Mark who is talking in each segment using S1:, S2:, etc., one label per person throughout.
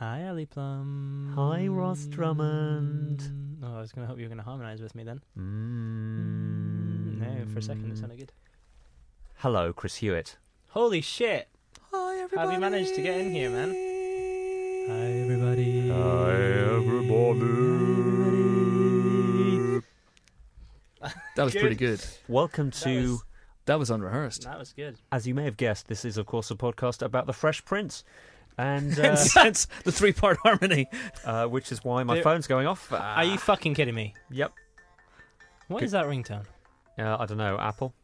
S1: Hi, Ali Plum.
S2: Hi, Ross Drummond.
S1: Oh, I was going to hope you were going to harmonise with me then.
S2: Mm.
S1: No, for a second it sounded good.
S2: Hello, Chris Hewitt.
S1: Holy shit!
S2: Hi,
S1: How have you managed to get in here, man? Hi, everybody.
S2: Hi, everybody.
S3: That was pretty good.
S2: Welcome to,
S1: was-
S3: That was unrehearsed.
S1: That was good.
S2: as you may have guessed, this is, of course, a podcast about the Fresh Prince. And uh,
S3: Hence, hence the three part harmony.
S2: uh, which is why my
S1: There-
S2: phone's going off. Ah,
S1: Are you fucking kidding me?
S2: Yep.
S1: What
S2: Good.
S1: is that ringtone?
S2: Uh, I don't know, Apple.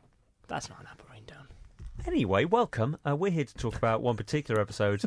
S1: That's not an Apple ringtone.
S2: Anyway, welcome. Uh, we're here to talk about one particular episode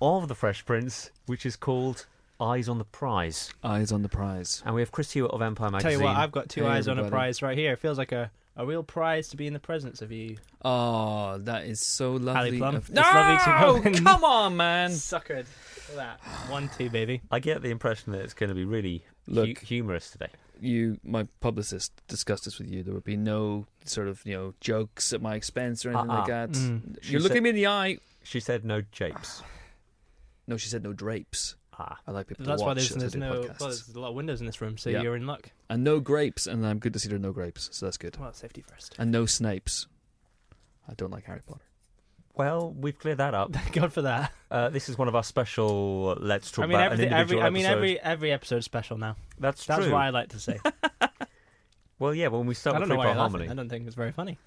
S2: of the Fresh Prince, which is called Eyes on the Prize.
S3: Eyes on the prize.
S2: And we have Chris Hewitt of Empire
S1: Tell
S2: Magazine.
S1: you what, I've got two
S3: Hey,
S1: eyes on a
S3: everybody.
S1: prize right here. It feels like a, a real prize to be in the presence of you
S3: Oh, that is so lovely.
S1: Plum,
S3: of-
S1: it's lovely to go in.
S3: come on, man.
S1: suckered. Look at that. One, two, baby.
S2: I get the impression that it's going to be really hu-
S3: Look.
S2: humorous today.
S3: You, my publicist, discussed this with you. There would be no sort of you know jokes at my expense or anything like
S2: Uh-uh.
S3: that.
S1: Mm.
S2: She
S3: You're looking
S2: said-
S3: me in the eye.
S2: She said no japes.
S3: No, she said no drapes.
S2: Ah.
S3: I like people
S1: That's
S3: to
S1: why
S3: watch
S1: there's,
S3: as I
S1: there's
S3: do
S1: no well,
S3: podcasts.
S1: there's a lot of windows in this room, so
S3: Yeah.
S1: you're in luck.
S3: And no grapes, and I'm good to see there are no grapes, so that's good.
S1: Well, safety first.
S3: And no Snapes. I don't like Harry Potter.
S2: Well, we've cleared that up.
S1: Thank God for that.
S2: Uh, this is one of our special. uh, Let's talk
S1: I mean,
S2: about
S1: every,
S2: an
S1: every
S2: individual
S1: I mean
S2: episode.
S1: every every episode's special now.
S2: That's,
S1: That's
S2: true.
S1: what I like to say.
S2: Well, yeah. When we start
S1: I
S2: with
S1: don't know why
S2: three part
S1: you're laughing.
S2: harmony,
S1: I don't think it's very funny.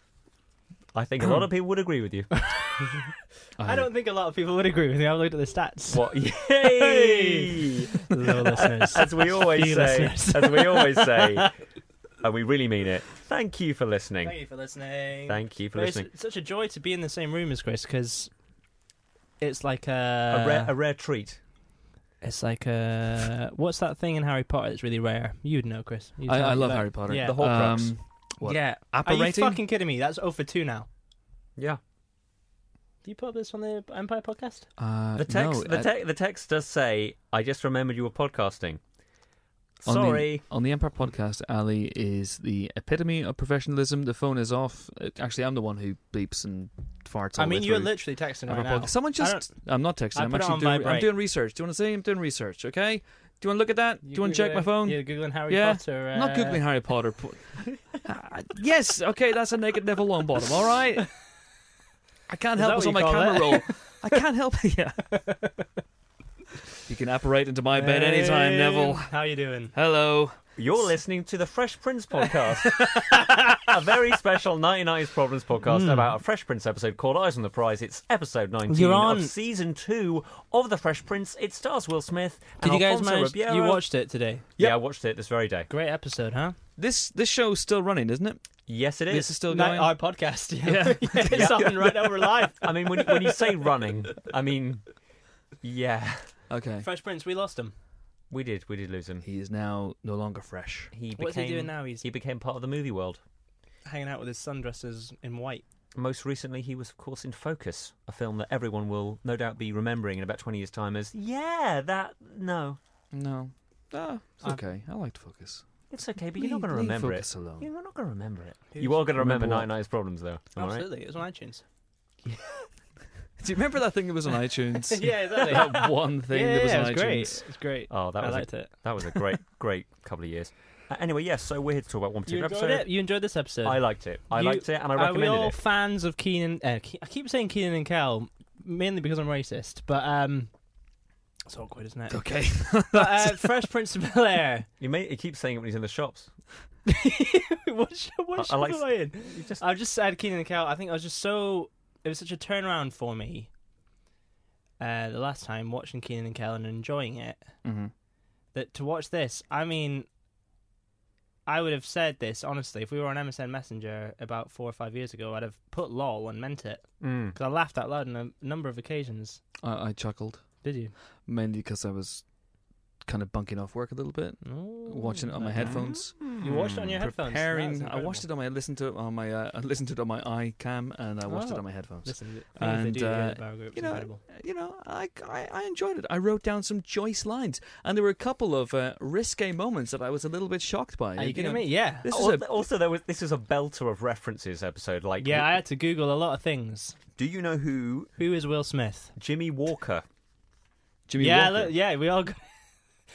S2: I think a lot of people would agree with you.
S1: I don't think a lot of people would agree with me. I've looked at the stats.
S2: what? Yay!
S1: Low listeners.
S2: as we always
S1: You
S2: say,
S1: listeners.
S2: as we always say, and we really mean it. Thank you for listening.
S1: Thank you for listening.
S2: Thank you for
S1: But it's
S2: listening.
S1: such a joy to be in the same room as Chris because it's like a,
S2: A rare, a rare treat.
S1: it's like a what's that thing in Harry Potter that's really rare? You'd know, Chris. You'd
S3: I,
S1: know
S3: I love
S1: about-
S3: Harry Potter.
S1: Yeah.
S2: The whole crux.
S3: Um, What?
S1: Yeah.
S3: Apple
S1: Are you
S3: rating?
S1: fucking kidding me? That's 0 for 2 now.
S2: Yeah.
S1: Do you put up this on the Empire podcast?
S3: uh,
S2: The text.
S3: no,
S2: the,
S3: I-
S2: te- the text does say. I just remembered you were podcasting.
S3: On the-
S2: Sorry.
S3: On the Empire podcast, Ali is the epitome of professionalism. The phone is off. Uh, Actually, I'm the one who bleeps and farts. All
S1: I mean,
S3: the way
S1: you're
S3: through
S1: literally texting right
S3: Empire
S1: now.
S3: podcast. Someone
S1: I
S3: just. I'm not texting.
S1: I
S3: I'm
S1: put it
S3: actually
S1: on
S3: doing. I'm
S1: vibrate.
S3: doing research. Do you want to see? I'm doing research. Okay. Do you want to look at that? Do you want to check my
S1: Googling-
S3: phone?
S1: You're googling Harry
S3: Yeah.
S1: Potter.
S3: I'm not
S1: uh,
S3: googling Harry Potter. Po- Uh, yes. Okay, that's a naked Neville Longbottom. All right. I can't
S1: Is
S3: help
S1: that
S3: us
S1: what
S3: on my
S1: you call
S3: camera
S1: it?
S3: roll. I can't help. Yeah. you can apparate into my bed anytime,
S1: Hey,
S3: Neville.
S1: How you doing?
S3: Hello.
S2: You're listening to the Fresh Prince podcast, a very special 1990s Problems podcast about a Fresh Prince episode called Eyes on the Prize. It's episode 19
S1: Hmm. You're on-
S2: of season two of the Fresh Prince. It stars Will Smith.
S1: Did
S2: and
S1: you guys
S2: Alfonso
S1: manage?
S2: Ribeiro.
S1: You watched it today.
S2: Yeah, I watched it this very day.
S1: Great episode, huh?
S3: This this show's still running, isn't it?
S2: Yes, it
S3: This
S2: is.
S3: is still
S1: Night
S3: going.
S1: Eye podcast.
S3: Yeah.
S1: it's on right now. We're live.
S2: I mean, when, when you say running, I mean, yeah,
S3: okay.
S1: Fresh Prince. We lost him.
S2: we did, we did lose him.
S3: He is now no longer fresh.
S2: He became,
S1: What's he doing now? He's
S2: He became part of the movie world.
S1: hanging out with his sundresses in white.
S2: Most recently, he was, of course, in Focus, a film that everyone will no doubt be remembering in about 20 years' time as, yeah, that, no.
S3: No. Ah, it's
S1: I-
S3: okay. I like to focus.
S2: It's okay, but you're
S3: Leave-
S2: not going to
S3: leave
S2: remember it.
S3: focus alone.
S2: You're not going to remember it.
S1: Who's-
S2: you are going to remember
S3: Remember what?
S2: Night Night's Problems, though. Am I right?
S1: Absolutely, it was on iTunes.
S3: Do you remember that thing that was on iTunes?
S1: yeah, exactly.
S3: That one thing
S1: yeah,
S3: that was
S1: yeah,
S3: on
S1: it was great.
S3: iTunes.
S1: It's great.
S2: Oh, that
S1: I
S2: was a,
S1: liked it.
S2: that was a great, great couple of years. Uh, anyway, yes, so we're here to talk about one
S1: You
S2: particular
S1: enjoyed it.
S2: episode.
S1: You enjoyed this episode.
S2: I liked it. I
S1: You-
S2: liked it, and I
S1: Are Uh, we
S2: recommended
S1: all
S2: it.
S1: fans of Keenan? Uh, Ke- I keep saying Keenan and Kel, mainly because I'm racist, but um, it's awkward, isn't it?
S3: Okay.
S1: But uh, Fresh Prince of Bel Air.
S2: You may he keeps saying it when he's in the shops.
S1: what show, what
S2: I- I
S1: show
S2: like-
S1: am I in?
S2: You just
S1: I've just said Keenan and Kel. I think I was just so. It was such a turnaround for me. Uh, the last time watching Keenan and Kel and enjoying it,
S3: mm-hmm.
S1: that to watch this, I mean, I would have said this honestly if we were on MSN Messenger about four or five years ago. I'd have put lol and meant it
S2: Mm.
S1: because I laughed out loud on a number of occasions.
S3: I, I chuckled
S1: Did you?
S3: mainly because I was kind of bunking off work a little bit, watching it on my headphones.
S2: Hmm.
S1: You watched it on your headphones.
S3: Hmm. Preparing, I watched it on my. I listened to it on my. Uh, I listened to it on my iCam, and I watched
S1: Oh.
S3: it on my headphones.
S1: Listen,
S3: And,
S1: and, they do,
S3: uh,
S1: yeah, the Bower Group's
S3: you know,
S1: incredible.
S3: you know, I, I, I enjoyed it. I wrote down some choice lines, and there were a couple of uh, risque moments that I was a little bit shocked by.
S1: Are you kidding
S3: know,
S1: me? Yeah.
S3: This
S2: Al-
S3: is a
S2: Also, there was this is a belter of references episode. Like,
S1: Oh, Yeah, I had to Google a lot of things.
S2: do you know who
S1: Who is Will Smith?
S2: Jimmy Walker?
S3: Jimmy
S1: yeah,
S3: Walker.
S1: look, yeah, we all got,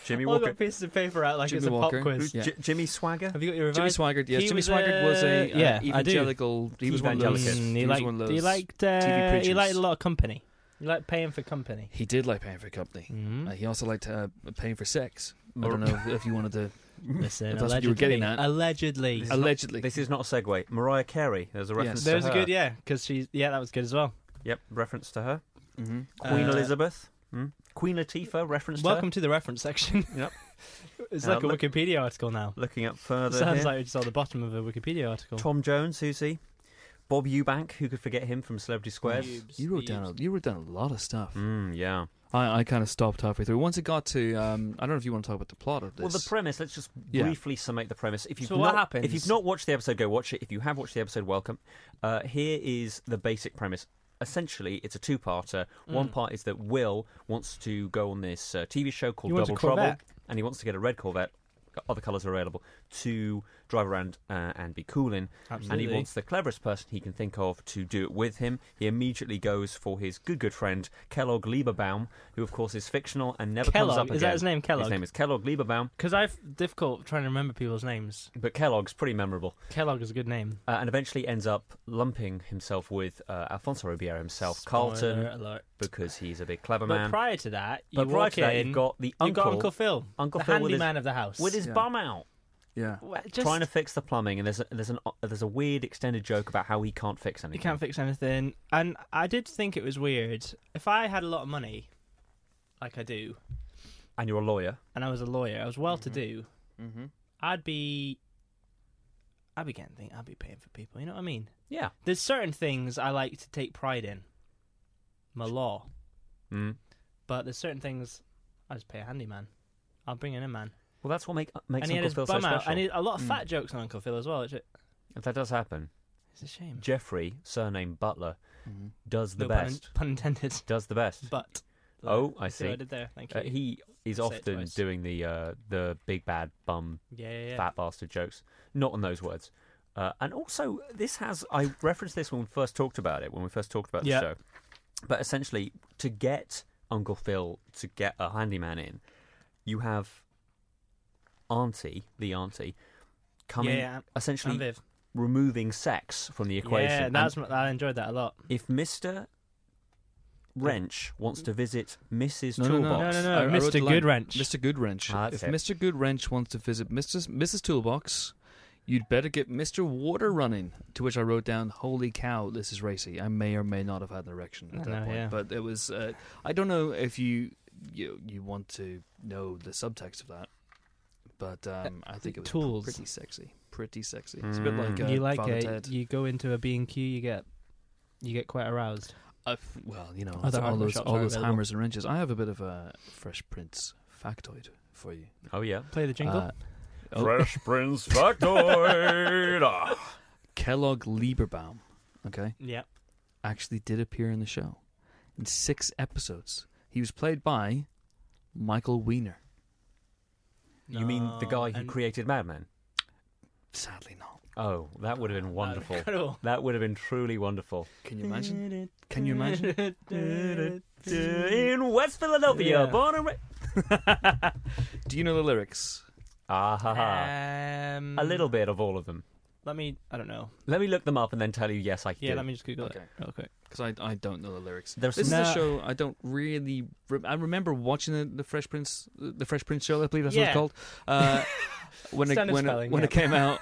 S2: Jimmy
S1: all
S2: Walker.
S1: got pieces of paper out like
S3: Jimmy
S1: it's a
S3: Walker.
S1: pop quiz.
S3: Who's- yeah.
S2: J- Jimmy Swagger.
S1: Have you got your
S3: Jimmy
S1: revised?
S3: Swaggart, yes.
S1: He
S3: Jimmy
S1: was,
S3: Swaggart was a
S1: uh,
S3: uh,
S1: yeah, I do.
S3: evangelical. He was one of those.
S2: Evangelicist.
S1: Mm,
S3: he
S1: he,
S3: was
S1: liked,
S3: one of those.
S1: he liked uh,
S3: TV
S1: he
S3: preachers.
S1: liked a lot of company. He liked paying for company.
S3: He did like paying for company.
S1: Mm.
S3: Uh, he also liked uh, paying for sex. I don't know if, if you wanted to.
S1: Listen,
S3: If
S1: allegedly,
S3: that's what you were getting at.
S1: Allegedly,
S2: This is not-
S3: Allegedly.
S2: This is not a segue. Mariah Carey. There's a
S3: Yes.
S2: reference.
S1: that was
S2: to
S1: a
S2: her.
S1: good, yeah, because she's yeah, that was good as well.
S2: Yep, reference to her.
S3: Mhm.
S2: Queen
S1: Uh,
S2: Elizabeth. Hmm? Queen Latifah. Reference
S1: Welcome to the reference section.
S2: Yep.
S1: it's
S2: Uh,
S1: like a
S2: look-
S1: Wikipedia article now.
S2: to her. Looking up further.
S1: Sounds
S2: here.
S1: like it's on the bottom of a Wikipedia article.
S2: Tom Jones. Susie. Bob Eubank. Who could forget him from Celebrity Squares?
S3: You wrote down. A, you wrote down a lot of stuff.
S2: Mm, yeah.
S3: I, I kind of stopped halfway through. Once it got to, um, I don't know if you want to talk about the plot of this.
S2: Well, the premise. Let's just
S3: Yeah.
S2: briefly summate the premise. If you've
S1: So
S2: not,
S1: what
S2: If you've
S1: happens?
S2: not watched the episode, go watch it. If you have watched the episode, welcome. Uh, here is the basic premise. Essentially, it's a two-parter. One
S1: Mm.
S2: part is that Will wants to go on this uh, TV show called
S1: He wants a
S2: Double Trouble,
S1: Corvette.
S2: and he wants to get a red Corvette. Other colours are available to drive around uh, and be cool in.
S1: Absolutely.
S2: And he wants the cleverest person he can think of to do it with him. He immediately goes for his good, good friend Kellogg Lieberbaum, who, of course, is fictional and never comes up
S1: Kellogg.
S2: again.
S1: Is that his name?
S2: His
S1: Kellogg.
S2: name is Kellogg Lieberbaum.
S1: Because I've difficult trying to remember people's names.
S2: but Kellogg's pretty memorable,
S1: Kellogg is a good name.
S2: uh, and eventually ends up lumping himself with uh, Alfonso Ribeiro himself,
S1: Spoiler
S2: Carlton,
S1: alert.
S2: because he's a big clever
S1: uh, But
S2: man.
S1: prior to that, you
S2: but prior
S1: walk
S2: to that,
S1: in,
S2: you've got the
S1: you've
S2: uncle,
S1: got Uncle Phil,
S2: Uncle
S1: the
S2: Phil with his-
S1: handyman of the house.
S2: with his
S3: Yeah.
S2: bum out,
S3: yeah.
S1: Well, just,
S2: trying to fix the plumbing, and there's a, there's an there's a weird extended joke about how he can't fix anything.
S1: You can't fix anything. And I did think it was weird. If I had a lot of money, like I do,
S2: and you're a lawyer.
S1: and I was a lawyer, I was well
S2: Mm-hmm.
S1: to do, Mm-hmm. I'd be. I'd be getting things. I'd be paying for people. You know what I mean?
S2: Yeah.
S1: There's certain things I like to take pride in. My law.
S2: Mm.
S1: But there's certain things I just pay a handyman. I'll bring in a man.
S2: Well, that's what make, makes
S1: and he had
S2: Uncle
S1: his
S2: Phil so
S1: bum out.
S2: special. Hmm.
S1: And he, a lot of
S3: Mm.
S1: fat jokes on Uncle Phil as well. Which it,
S2: If that does happen,
S1: it's a shame.
S2: Jeffrey, surname Butler,
S3: Mhm.
S2: does the
S1: No pun,
S2: best.
S1: pun intended.
S2: Does the best.
S1: But
S2: Oh, I
S1: what
S2: see.
S1: I did there. Thank you.
S2: Uh, he is
S1: Say it
S2: often
S1: twice.
S2: doing the uh, the big bad bum
S1: yeah, yeah, yeah.
S2: fat bastard jokes. Not on those words. Uh, and also, this has I referenced this when we first talked about it, when we first talked about the
S1: Yeah.
S2: show. But essentially, to get Uncle Phil to get a handyman in, you have Auntie, the Auntie, coming
S1: Yeah, yeah.
S2: essentially
S1: And Viv.
S2: removing sex from the equation.
S1: Yeah,
S2: And
S1: that's, I enjoyed that a lot.
S2: if Mister Wrench wants to visit Mrs.
S3: No, no, no.
S2: Toolbox,
S1: No, no, no.
S3: I- I wrote
S1: Mr.
S3: the line,
S1: Goodwrench.
S3: Mr. Goodwrench.
S2: Ah,
S3: if
S2: that's it.
S3: Mr. Goodwrench wants to visit Mrs. Mrs. Toolbox, you'd better get Mr. Water running. To which I wrote down, "Holy cow, this is racy." I may or may not have had an erection at
S1: I
S3: that
S1: know,
S3: point,
S1: yeah.
S3: but it was. Uh, I don't know if you you you want to know the subtext of that, but um, I think it was
S1: tools.
S3: pretty sexy. Pretty sexy. It's a bit like
S2: Mm.
S3: uh,
S1: you like
S3: Father
S1: it?
S3: Ted.
S1: You go into a B and Q, you get you get quite aroused.
S3: I f- well, you know,
S1: Other
S3: all
S1: hardware
S3: those
S1: shops
S3: all
S1: are
S3: those
S1: available.
S3: hammers and wrenches. I have a bit of a Fresh Prince factoid for you.
S2: oh yeah,
S1: Play the jingle.
S3: Uh, oh,
S2: Fresh Prince Factoid.
S3: Kellogg Lieberbaum, okay,
S1: yeah.
S3: actually did appear in the show in six episodes. He was played by Michael Weiner.
S2: You mean the guy who created Mad Men?
S3: Sadly, not.
S2: Oh, that would have been wonderful.
S1: Incredible.
S2: That would have been truly wonderful.
S3: Can you imagine? Can you imagine?
S2: In West Philadelphia,
S1: Yeah.
S2: born and ra-
S3: Do you know the lyrics?
S2: Ah ha ha.
S1: um,
S2: A little bit of all of them.
S1: Let me. I don't know.
S2: Let me look them up and then tell you. Yes, I
S1: Yeah.
S2: do.
S1: Let me just Google
S3: Okay.
S1: it real quick.
S3: Because I, I don't know the lyrics.
S2: There's
S3: this
S1: some-
S3: is a
S1: No.
S3: show I don't really. Re- I remember watching the, the Fresh Prince, the Fresh Prince show. I believe that's what
S1: Yeah.
S3: it's called. Uh, when it
S1: Standard
S3: when, it,
S1: spelling,
S3: when
S1: yeah.
S3: it came out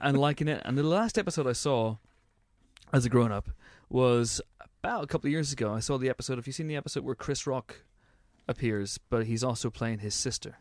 S3: and liking it, and the last episode I saw as a grown up was about a couple of years ago. I saw the episode. Have you seen the episode where Chris Rock appears, but he's also playing his sister?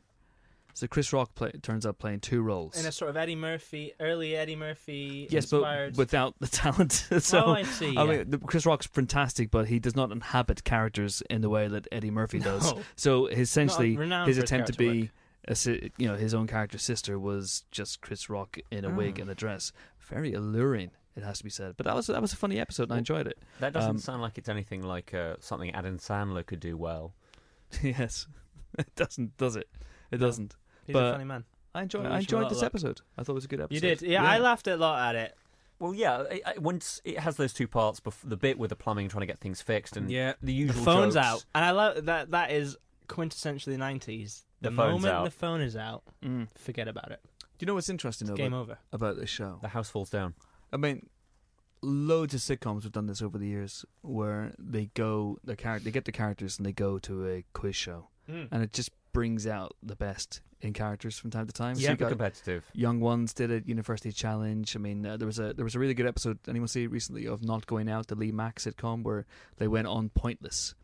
S3: So Chris Rock play, turns up playing two roles.
S1: in a sort of Eddie Murphy, early Eddie Murphy
S3: yes,
S1: inspired.
S3: but without the talent. so
S1: oh, I see.
S3: I
S1: yeah.
S3: mean, the- Chris Rock's fantastic, but he does not inhabit characters in the way that Eddie Murphy does.
S1: No.
S3: So essentially,
S1: renowned
S3: his
S1: for his
S3: attempt to
S1: character
S3: be, a, si- you know, his own character's sister was just Chris Rock in a wig
S2: Mm.
S3: and a dress. Very alluring, it has to be said. But that was that was a funny episode, and I enjoyed it.
S2: That doesn't
S3: Um,
S2: sound like it's anything like uh, something Adam Sandler could do well.
S3: yes, it doesn't, does it? It doesn't.
S1: He's a
S3: but-
S1: funny man.
S3: I enjoyed.
S1: Well,
S3: I
S1: we should
S3: enjoyed
S1: not
S3: this
S1: look.
S3: episode. I thought it was a good episode.
S1: You did, yeah, I laughed a lot at it.
S2: Well, yeah. I, I, once it has those two parts, bef- the bit with the plumbing trying to get things fixed, and
S3: Yeah.
S2: the
S1: The
S2: usual
S1: phone's
S2: jokes.
S1: out, and I love that. That is quintessentially nineties.
S2: The
S1: The,
S2: phone's
S1: moment
S2: out.
S1: the phone is out,
S3: Mm. Do
S1: forget about it.
S3: you know what's interesting though,
S1: Game
S3: about,
S1: over.
S3: about this show?
S2: The house falls down.
S3: I mean, loads of sitcoms have done this over the years, where they go their character, they get the characters, and they go to a quiz show,
S1: Hmm.
S3: and it just brings out the best in characters from time to time. So
S2: Super
S3: you got
S2: competitive.
S3: young ones did a university challenge. I mean, uh, there was a there was a really good episode. Anyone see it recently of Not Going Out, the Lee Mack sitcom, where they went on pointless.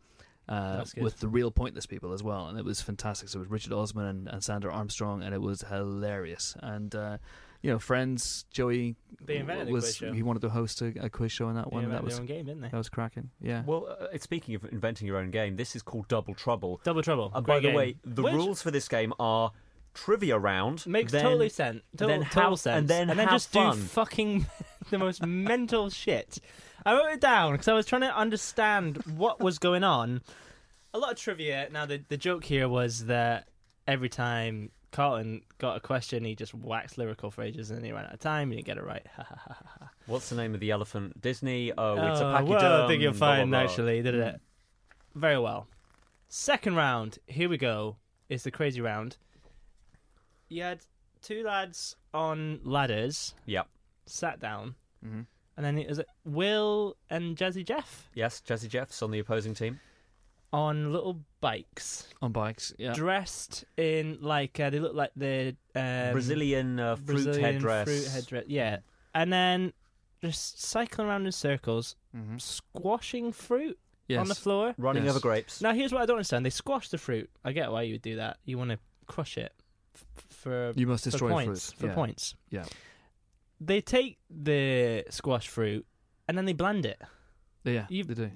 S3: Uh,
S1: That's good.
S3: with the real pointless people as well, and it was fantastic. So it was Richard Osman and, and Sandra Armstrong, and it was hilarious. And uh, you know, friends, Joey
S1: They invented the
S3: was
S1: quiz show.
S3: he wanted to host a, a quiz show on that
S1: They
S3: one. and
S1: invented
S3: that was
S1: their own game, didn't they?
S3: that was cracking. Yeah,
S2: Well, uh, it's- speaking of inventing your own game, this is called Double Trouble.
S1: Double Trouble.
S2: And Uh, by
S1: great
S2: the
S1: game.
S2: way, the
S1: Which
S2: rules for this game are trivia round.
S1: makes
S2: then-
S1: totally sense. Total,
S2: then
S1: total
S2: have-
S1: sense.
S2: and then have
S1: just
S2: fun.
S1: do fucking the most mental shit. I wrote it down because I was trying to understand what was going on. A lot of trivia. Now the the joke here was that every time Carlton got a question, he just waxed lyrical phrases and then he ran out of time. He didn't get it right.
S2: What's the name of the elephant? Disney. Oh, it's a
S1: Oh,
S2: pachyderm.
S1: well, I think you'll
S2: blah, blah,
S1: find
S2: blah. Hmm.
S1: actually, did it? Very well. Second round, here we go. It's the crazy round. You had two lads on ladders,
S2: Yep. Mm-hmm.
S1: sat down,
S3: Mhm.
S1: and then it was Will and Jazzy Jeff
S2: Yes, Jazzy Jeff's on the opposing team.
S1: on little bikes,
S3: on bikes. Yeah,
S1: dressed in like uh, they look like the um,
S2: Brazilian uh, fruit
S1: Brazilian
S2: headdress.
S1: fruit headdress, yeah, and then just cycling around in circles,
S2: Mm-hmm.
S3: Mhm.
S1: squashing fruit
S3: yes.
S1: on the floor.
S2: Running
S3: Yes.
S2: over grapes.
S1: Now, here's what I don't understand. They squash the fruit. I get why you would do that. You want to crush it f- for,
S3: you must
S1: for
S3: destroy
S1: points.
S3: fruit.
S1: For
S3: yeah.
S1: points.
S3: Yeah.
S1: They take the squash fruit and then they blend it.
S3: yeah,
S1: You-
S3: they do.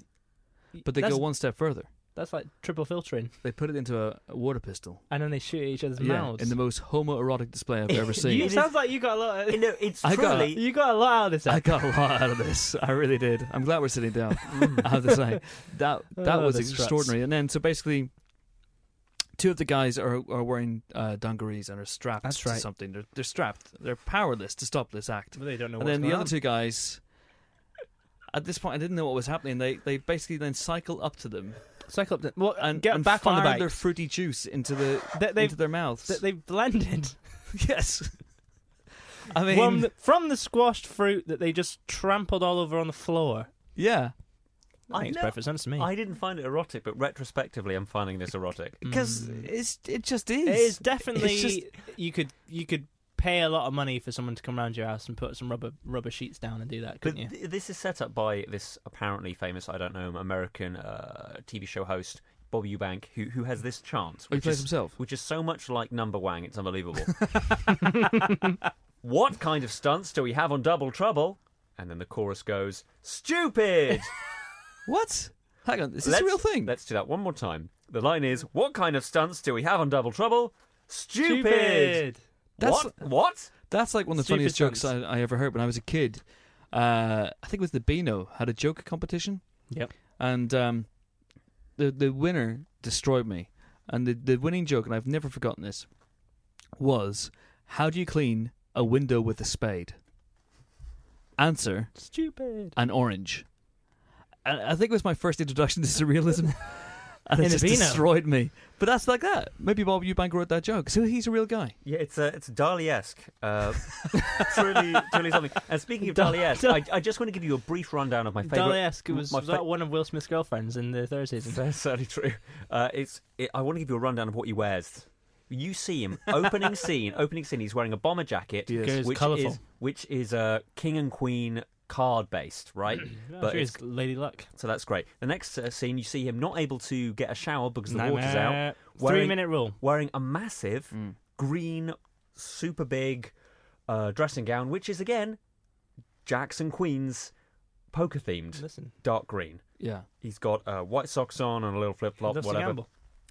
S3: But they
S1: that's,
S3: go one step further.
S1: That's like triple filtering.
S3: They put it into a, a water pistol.
S1: And then they shoot at each other's
S3: Yeah,
S1: mouths.
S3: in the most homoerotic display I've ever
S1: You-
S3: seen.
S2: It
S1: it
S2: is-
S1: sounds like you got a lot.
S2: You
S1: Of,
S2: know, it's
S3: I got-
S2: truly.
S1: you got a lot out of this.
S3: I
S1: app.
S3: got a lot out of this. I really did. I'm glad we're sitting down. I have to say that that
S1: Mm. Oh,
S3: was
S1: the struts.
S3: extraordinary. And then so basically, two of the guys are are wearing uh, dungarees and are strapped
S1: That's
S3: to
S1: right.
S3: something. They're they're strapped. They're powerless to stop this act.
S1: But they don't know
S3: and
S1: what's
S3: then the
S1: going
S3: other
S1: on.
S3: two guys, at this point, I didn't know what was happening. They they basically then cycle up to them
S1: Cycle up. The, well,
S3: and
S1: and get
S3: and
S1: back
S3: fire
S1: on the bike.
S3: their fruity juice into the
S1: They- they've-
S3: into their mouths.
S1: They- They've blended
S3: yes. I mean,
S1: from the, from the squashed fruit that they just trampled all over on the floor.
S3: yeah.
S1: That
S2: I
S1: makes
S2: know-
S1: perfect sense to me.
S2: I didn't find it erotic, but retrospectively, I'm finding this erotic.
S3: Because it's it just is.
S1: It is definitely
S3: It's just-
S1: you could you could pay a lot of money for someone to come round your house and put some rubber rubber sheets down and do that,
S2: But
S1: couldn't you?
S2: th- this is set up by this apparently famous, I don't know, American uh, TV show host, Bob Eubank, who who has this chant,
S3: Oh, he
S2: which
S3: plays
S2: is,
S3: himself.
S2: which is so much like Number Wang, it's unbelievable. what kind of stunts do we have on Double Trouble? And then the chorus goes, "Stupid."
S3: What? Hang on, is this
S2: Let's-
S3: a real thing?
S2: Let's do that one more time. The line is, "What kind of stunts do we have on Double Trouble?" Stupid.
S3: That's-
S2: What? What?
S3: That's like one of the
S1: Stupid
S3: funniest jokes I,
S1: stunts.
S3: I ever heard when I was a kid. Uh, I think it was the Beano had a joke competition,
S1: Yep.
S3: and um, the the winner destroyed me. And the the winning joke, and I've never forgotten this, was how do you clean a window with a spade? Answer:
S1: Stupid.
S3: an orange. And I think it was my first introduction to surrealism. And it
S1: In a
S3: just
S1: Beano.
S3: destroyed me. But that's like that. Maybe Bob Eubank wrote that joke. So he's a real guy.
S2: Yeah, it's uh, it's Dali-esque. Uh, truly, truly something. And speaking of
S1: Dal-
S2: Dali-esque,
S1: Dal-
S2: I, I just want to give you a brief rundown of my favorite.
S1: Dali-esque was,
S2: my
S1: was
S2: fa-
S1: that one of Will Smith's girlfriends in the third season.
S2: That's certainly true. Uh, it's. It, I want to give you a rundown of what he wears. You see him opening scene. Opening scene. He's wearing a bomber jacket,
S3: Yes.
S1: Goes
S2: which
S1: colourful.
S2: is which is uh, king and queen card based, right?
S1: but
S2: it's-
S1: Lady Luck.
S2: so that's great. The next uh, scene, you see him not able to get a shower because the water's out.
S1: Three
S2: Wearing-
S1: minute rule. Mm.
S2: wearing a massive green, super big uh, dressing gown, which is again Jackson Queen's poker themed,
S1: Listen,
S2: dark green.
S3: Yeah.
S2: He's got uh, white socks on and a little flip flop,
S1: loves to
S2: whatever.
S1: gamble.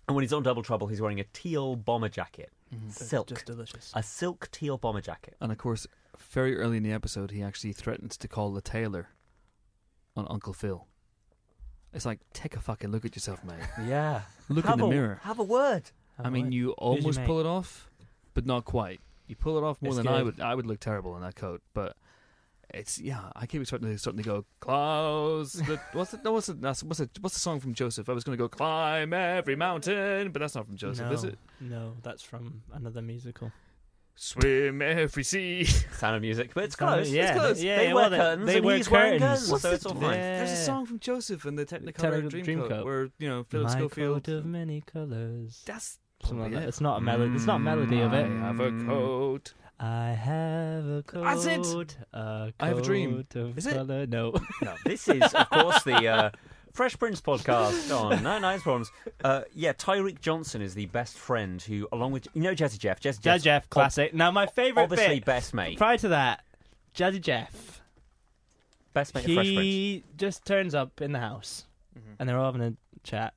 S2: And when he's on Double Trouble, he's wearing a teal bomber jacket,
S1: Mm, It's
S2: silk, Uh,
S1: just delicious.
S2: a silk teal bomber jacket.
S3: And of course, very early in the episode, he actually threatens to call the tailor on Uncle Phil. It's like, take a fucking look at yourself, mate.
S2: Yeah,
S3: Look
S2: have
S3: in the
S2: a,
S3: mirror.
S2: Have a word.
S3: I mean, you
S1: your
S3: almost
S1: mate?
S3: pull it off, but not quite. You pull it off more
S1: It's
S3: than I
S1: good.
S3: would. I would look terrible in that coat, but it's yeah. I keep expecting something to go. Close. The, what's it? No, what's it? That's, what's it? What's the song from Joseph? I was going to go climb every mountain, but that's not from Joseph,
S1: no,
S3: is it?
S1: No, that's from another musical.
S3: Swim every sea.
S2: Sound of Music, but it's
S1: Sound of-
S2: close.
S1: yeah,
S2: it's close.
S1: yeah,
S2: they
S1: yeah,
S2: wear
S1: well, they-
S2: curtains
S1: they
S2: and
S1: wear
S2: he's wearing
S1: curtains.
S2: guns,
S1: What's
S2: so
S3: the
S2: it's all
S3: d-
S2: fine.
S1: Yeah.
S3: There's a song from Joseph and the Technicolor
S1: Technicolor
S3: Dreamcoat
S1: Dreamcoat.
S3: where you know Philip
S1: My
S3: Schofield.
S1: coat of many colors.
S3: That's
S1: Something like
S3: probably
S1: that.
S3: it.
S1: It's not a melody. It's not
S2: Mm.
S1: a melody of
S3: I
S1: it.
S3: have a coat.
S1: I have a coat.
S3: That's it.
S1: A coat
S3: I have a dream.
S1: Of
S3: Is it?
S1: Color. No.
S2: No, this is, of course, the uh, Fresh Prince podcast on Nine Nines Problems. Uh, yeah, Tyreek Johnson is the best friend who, along with you know Jazzy Jeff, Jazzy
S1: Jazzy
S2: Jeff,
S1: Jeff, classic. now my favorite
S2: obviously
S1: bit.
S2: best mate,
S1: Prior to that, Jazzy Jeff.
S2: best mate of Fresh Prince.
S1: he just turns up in the house, and they're all having a chat,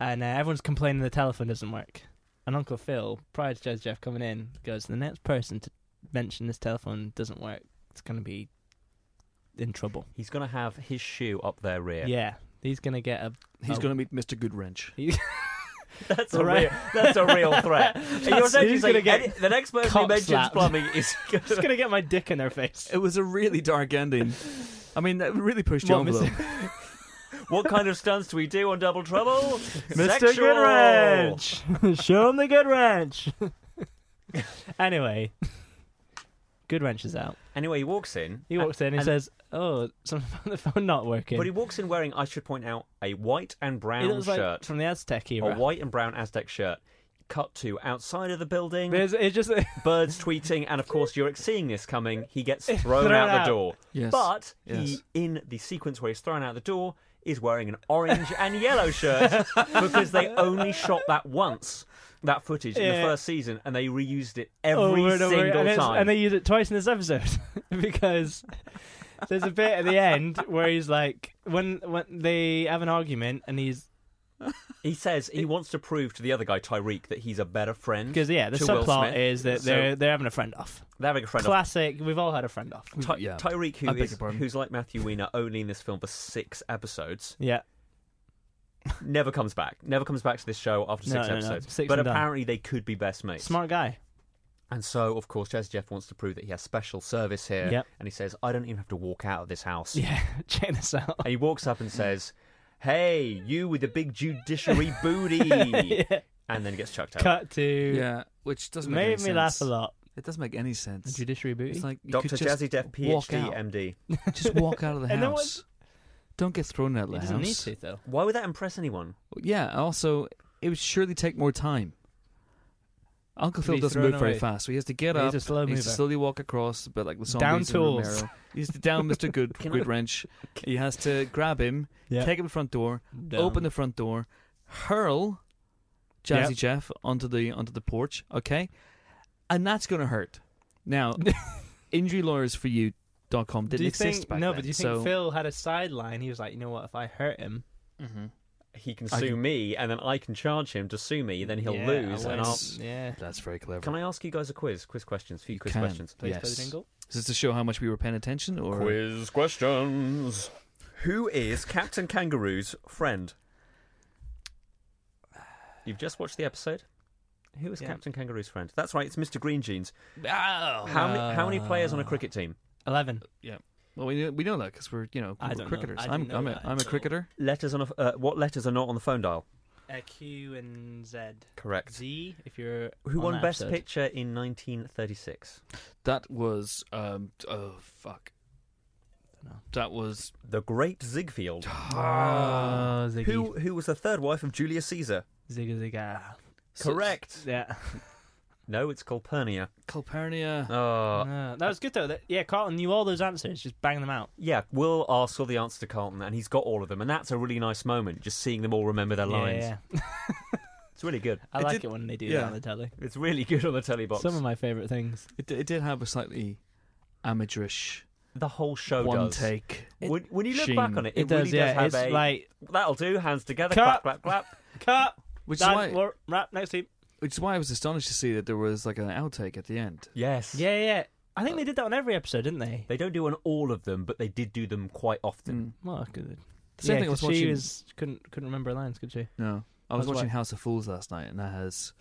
S1: and uh, everyone's complaining the telephone doesn't work. And Uncle Phil, prior to Jazz Jeff coming in, goes, "The next person to mention this telephone doesn't work, it's gonna be in trouble."
S2: He's going to have his shoe up their rear.
S1: Yeah, he's gonna get a.
S3: He's
S1: Oh.
S3: going to meet Mr. Goodwrench.
S2: That's a
S1: Right.
S2: real, that's a real threat. You're essentially
S1: he's gonna
S2: saying
S1: get
S2: any- the next person who
S1: cock
S2: mentions
S1: slapped.
S2: plumbing is going
S1: Just gonna get my dick in their face.
S3: It was a really dark ending. I mean, that really pushed the
S1: What, Mr.
S3: envelope.
S2: What kind of stunts do we do on Double Trouble?
S1: Mr.
S2: Sexual.
S1: Good Ranch! Show him the Good Ranch! anyway, Good Ranch is out.
S2: Anyway, he walks in. Uh,
S1: He walks in, he says, Oh, something about the phone not working.
S2: But he walks in wearing, I should point out, a white and brown
S1: It looks like
S2: shirt.
S1: from the Aztec
S2: a
S1: era.
S2: white and brown Aztec shirt. Cut to outside of the building,
S1: There's, it's just
S2: birds tweeting, and of course, Yurik seeing this coming, he gets thrown,
S1: Thrown
S2: out,
S1: out.
S2: the door.
S3: Yes.
S2: But
S3: Yes.
S2: he, in the sequence where he's thrown out the door, is wearing an orange and yellow shirt because they only shot that once, that footage in
S1: Yeah.
S2: the first season, and they reused it every
S1: over and over
S2: single
S1: again. and, it's-
S2: time.
S1: and they use it twice in this episode because there's a bit at the end where he's like, when when they have an argument and he's
S2: He says he wants to prove to the other guy, Tyreek, that he's a better friend.
S1: because yeah, the
S2: to Will
S1: subplot
S2: Smith.
S1: is that
S2: So-
S1: they're they're having a friend off.
S2: They're having a friend. off.
S1: Classic. We've all had a friend off.
S2: Ty-
S3: Yeah.
S2: Tyreek, who
S3: I beg
S2: is,
S3: your pardon.
S2: who's like Matthew Weiner, only in this film for six episodes,
S1: Yeah.
S2: never comes back. Never comes back to this show after
S1: No,
S2: six
S1: no, no.
S2: episodes.
S1: Six
S2: but
S1: and done.
S2: apparently, they could be best mates.
S1: Smart guy.
S2: And so, of course, Jazzy Jeff wants to prove that he has special service here.
S1: Yep.
S2: And he says, "I don't even have to walk out of this house."
S1: Yeah. Check this out.
S2: And he walks up and says, "Hey, you with the big judiciary booty!"
S1: Yeah.
S2: And then he gets chucked out.
S1: Cut to.
S3: Yeah, which doesn't make any
S1: Made me laugh
S3: sense.
S1: a lot.
S3: It doesn't make any sense.
S1: Judiciary booty.
S3: It's like you
S2: Doctor
S3: could just
S2: Jazzy Jeff,
S3: walk
S2: PhD,
S3: out.
S2: MD.
S3: Just walk out of the
S1: And then
S3: house. Don't get thrown out of
S1: he
S3: the
S1: doesn't need
S3: house.
S1: to though.
S2: Why would that impress anyone?
S3: Yeah. Also, it would surely take more time. Uncle
S1: To
S3: Phil
S1: be
S3: doesn't
S1: thrown
S3: move very
S1: away.
S3: fast, so he has to get
S1: He's
S3: up.
S1: a slow
S3: he has to
S1: mover.
S3: slowly walk across, but like the zombies
S1: Down
S3: in
S1: tools.
S3: Romero. He has to down Mr. Good
S2: Can I-
S3: Good Wrench. He has to grab him,
S1: Yeah.
S3: take him to the front door,
S1: Dumb.
S3: open the front door, hurl Jazzy
S1: Yep.
S3: Jeff onto the onto the porch, okay? And that's gonna hurt. Now, injury lawyers for you dot com
S1: Do
S3: didn't
S1: you
S3: exist
S1: think
S3: back
S1: no?
S3: then.
S1: But do you
S3: so,
S1: think Phil had a sideline? He was like, you know what? If I hurt him,
S3: Mm-hmm.
S2: He can
S3: I
S2: sue
S3: can-
S2: me, and then I can charge him to sue me. Then he'll
S1: yeah,
S2: lose,
S1: I
S2: and
S1: win.
S2: I'll
S3: won't.
S1: yeah.
S3: That's very clever.
S2: Can I ask you guys a quiz? Quiz questions. A few
S3: You
S2: quiz
S3: can.
S2: questions.
S1: Please
S3: Yes.
S1: play the jingle.
S3: Is this to show how much we were paying attention, or
S2: Quiz questions. Who is Captain Kangaroo's friend? You've just watched the episode. Who is
S1: Yeah.
S2: Captain Kangaroo's friend? That's right. It's Mr. Green Jeans.
S1: Oh.
S2: How many, how many players
S1: Ah.
S2: on a cricket team?
S1: Eleven.
S3: Well, we know, we know that because we're you know
S1: I
S3: we're
S1: don't know.
S3: cricketers.
S1: I
S3: I'm
S1: didn't know
S3: I'm a,
S1: that
S3: I'm a
S1: at all.
S3: cricketer.
S2: Letters on a f- uh, what letters are not on the phone dial?
S1: A Uh, Q and Z.
S2: Correct.
S1: Z. If you're
S2: Who
S1: on
S2: won
S1: that
S2: Best
S1: episode.
S2: Picture in 1936?
S3: That was um oh fuck.
S1: Dunno.
S3: That was
S2: The Great Ziegfeld.
S3: Ah,
S1: Oh, Ziggy.
S2: Who who was the third wife of Julius Caesar?
S1: Zigga zigga.
S2: Correct.
S1: Yeah.
S2: No, it's Calpurnia.
S3: Calpurnia.
S2: Oh,
S1: Uh, that was good though. That, yeah, Carlton knew all those answers. Just bang them out.
S2: Yeah, Will asks all the answer to Carlton, and he's got all of them, and that's a really nice moment, just seeing them all remember their lines.
S1: Yeah.
S2: It's really good.
S1: I
S3: It
S1: like
S3: did-
S1: it when they do
S3: yeah.
S1: that on the telly.
S2: It's really good on the telly box.
S1: Some of my favourite things.
S3: It, it did have a slightly amateurish
S2: the whole show
S3: one
S2: does.
S3: take.
S2: when, when you look
S3: sheen.
S2: back on it, it,
S1: does,
S2: really
S1: yeah.
S2: have
S1: it's
S2: a
S1: like
S2: that'll do. Hands together,
S1: Cut.
S2: clap, clap, clap.
S1: cut.
S3: Which is,
S1: done,
S3: why,
S1: we're- wrap next team.
S3: which is why I was astonished to see that there was like an outtake at the end.
S2: yes,
S1: Yeah, yeah. I think they did that on every episode, didn't they?
S2: Uh, They don't do on all of them, but they did do them quite often.
S3: Mm.
S1: Well, good.
S3: Same
S1: Hmm. uh, yeah,
S3: thing I
S1: 'cause
S3: was
S1: She
S3: watching-
S1: was, couldn't couldn't remember lines, could she?
S3: No, I was
S1: That's
S3: watching
S1: why-
S3: House of Fools last night, and that has,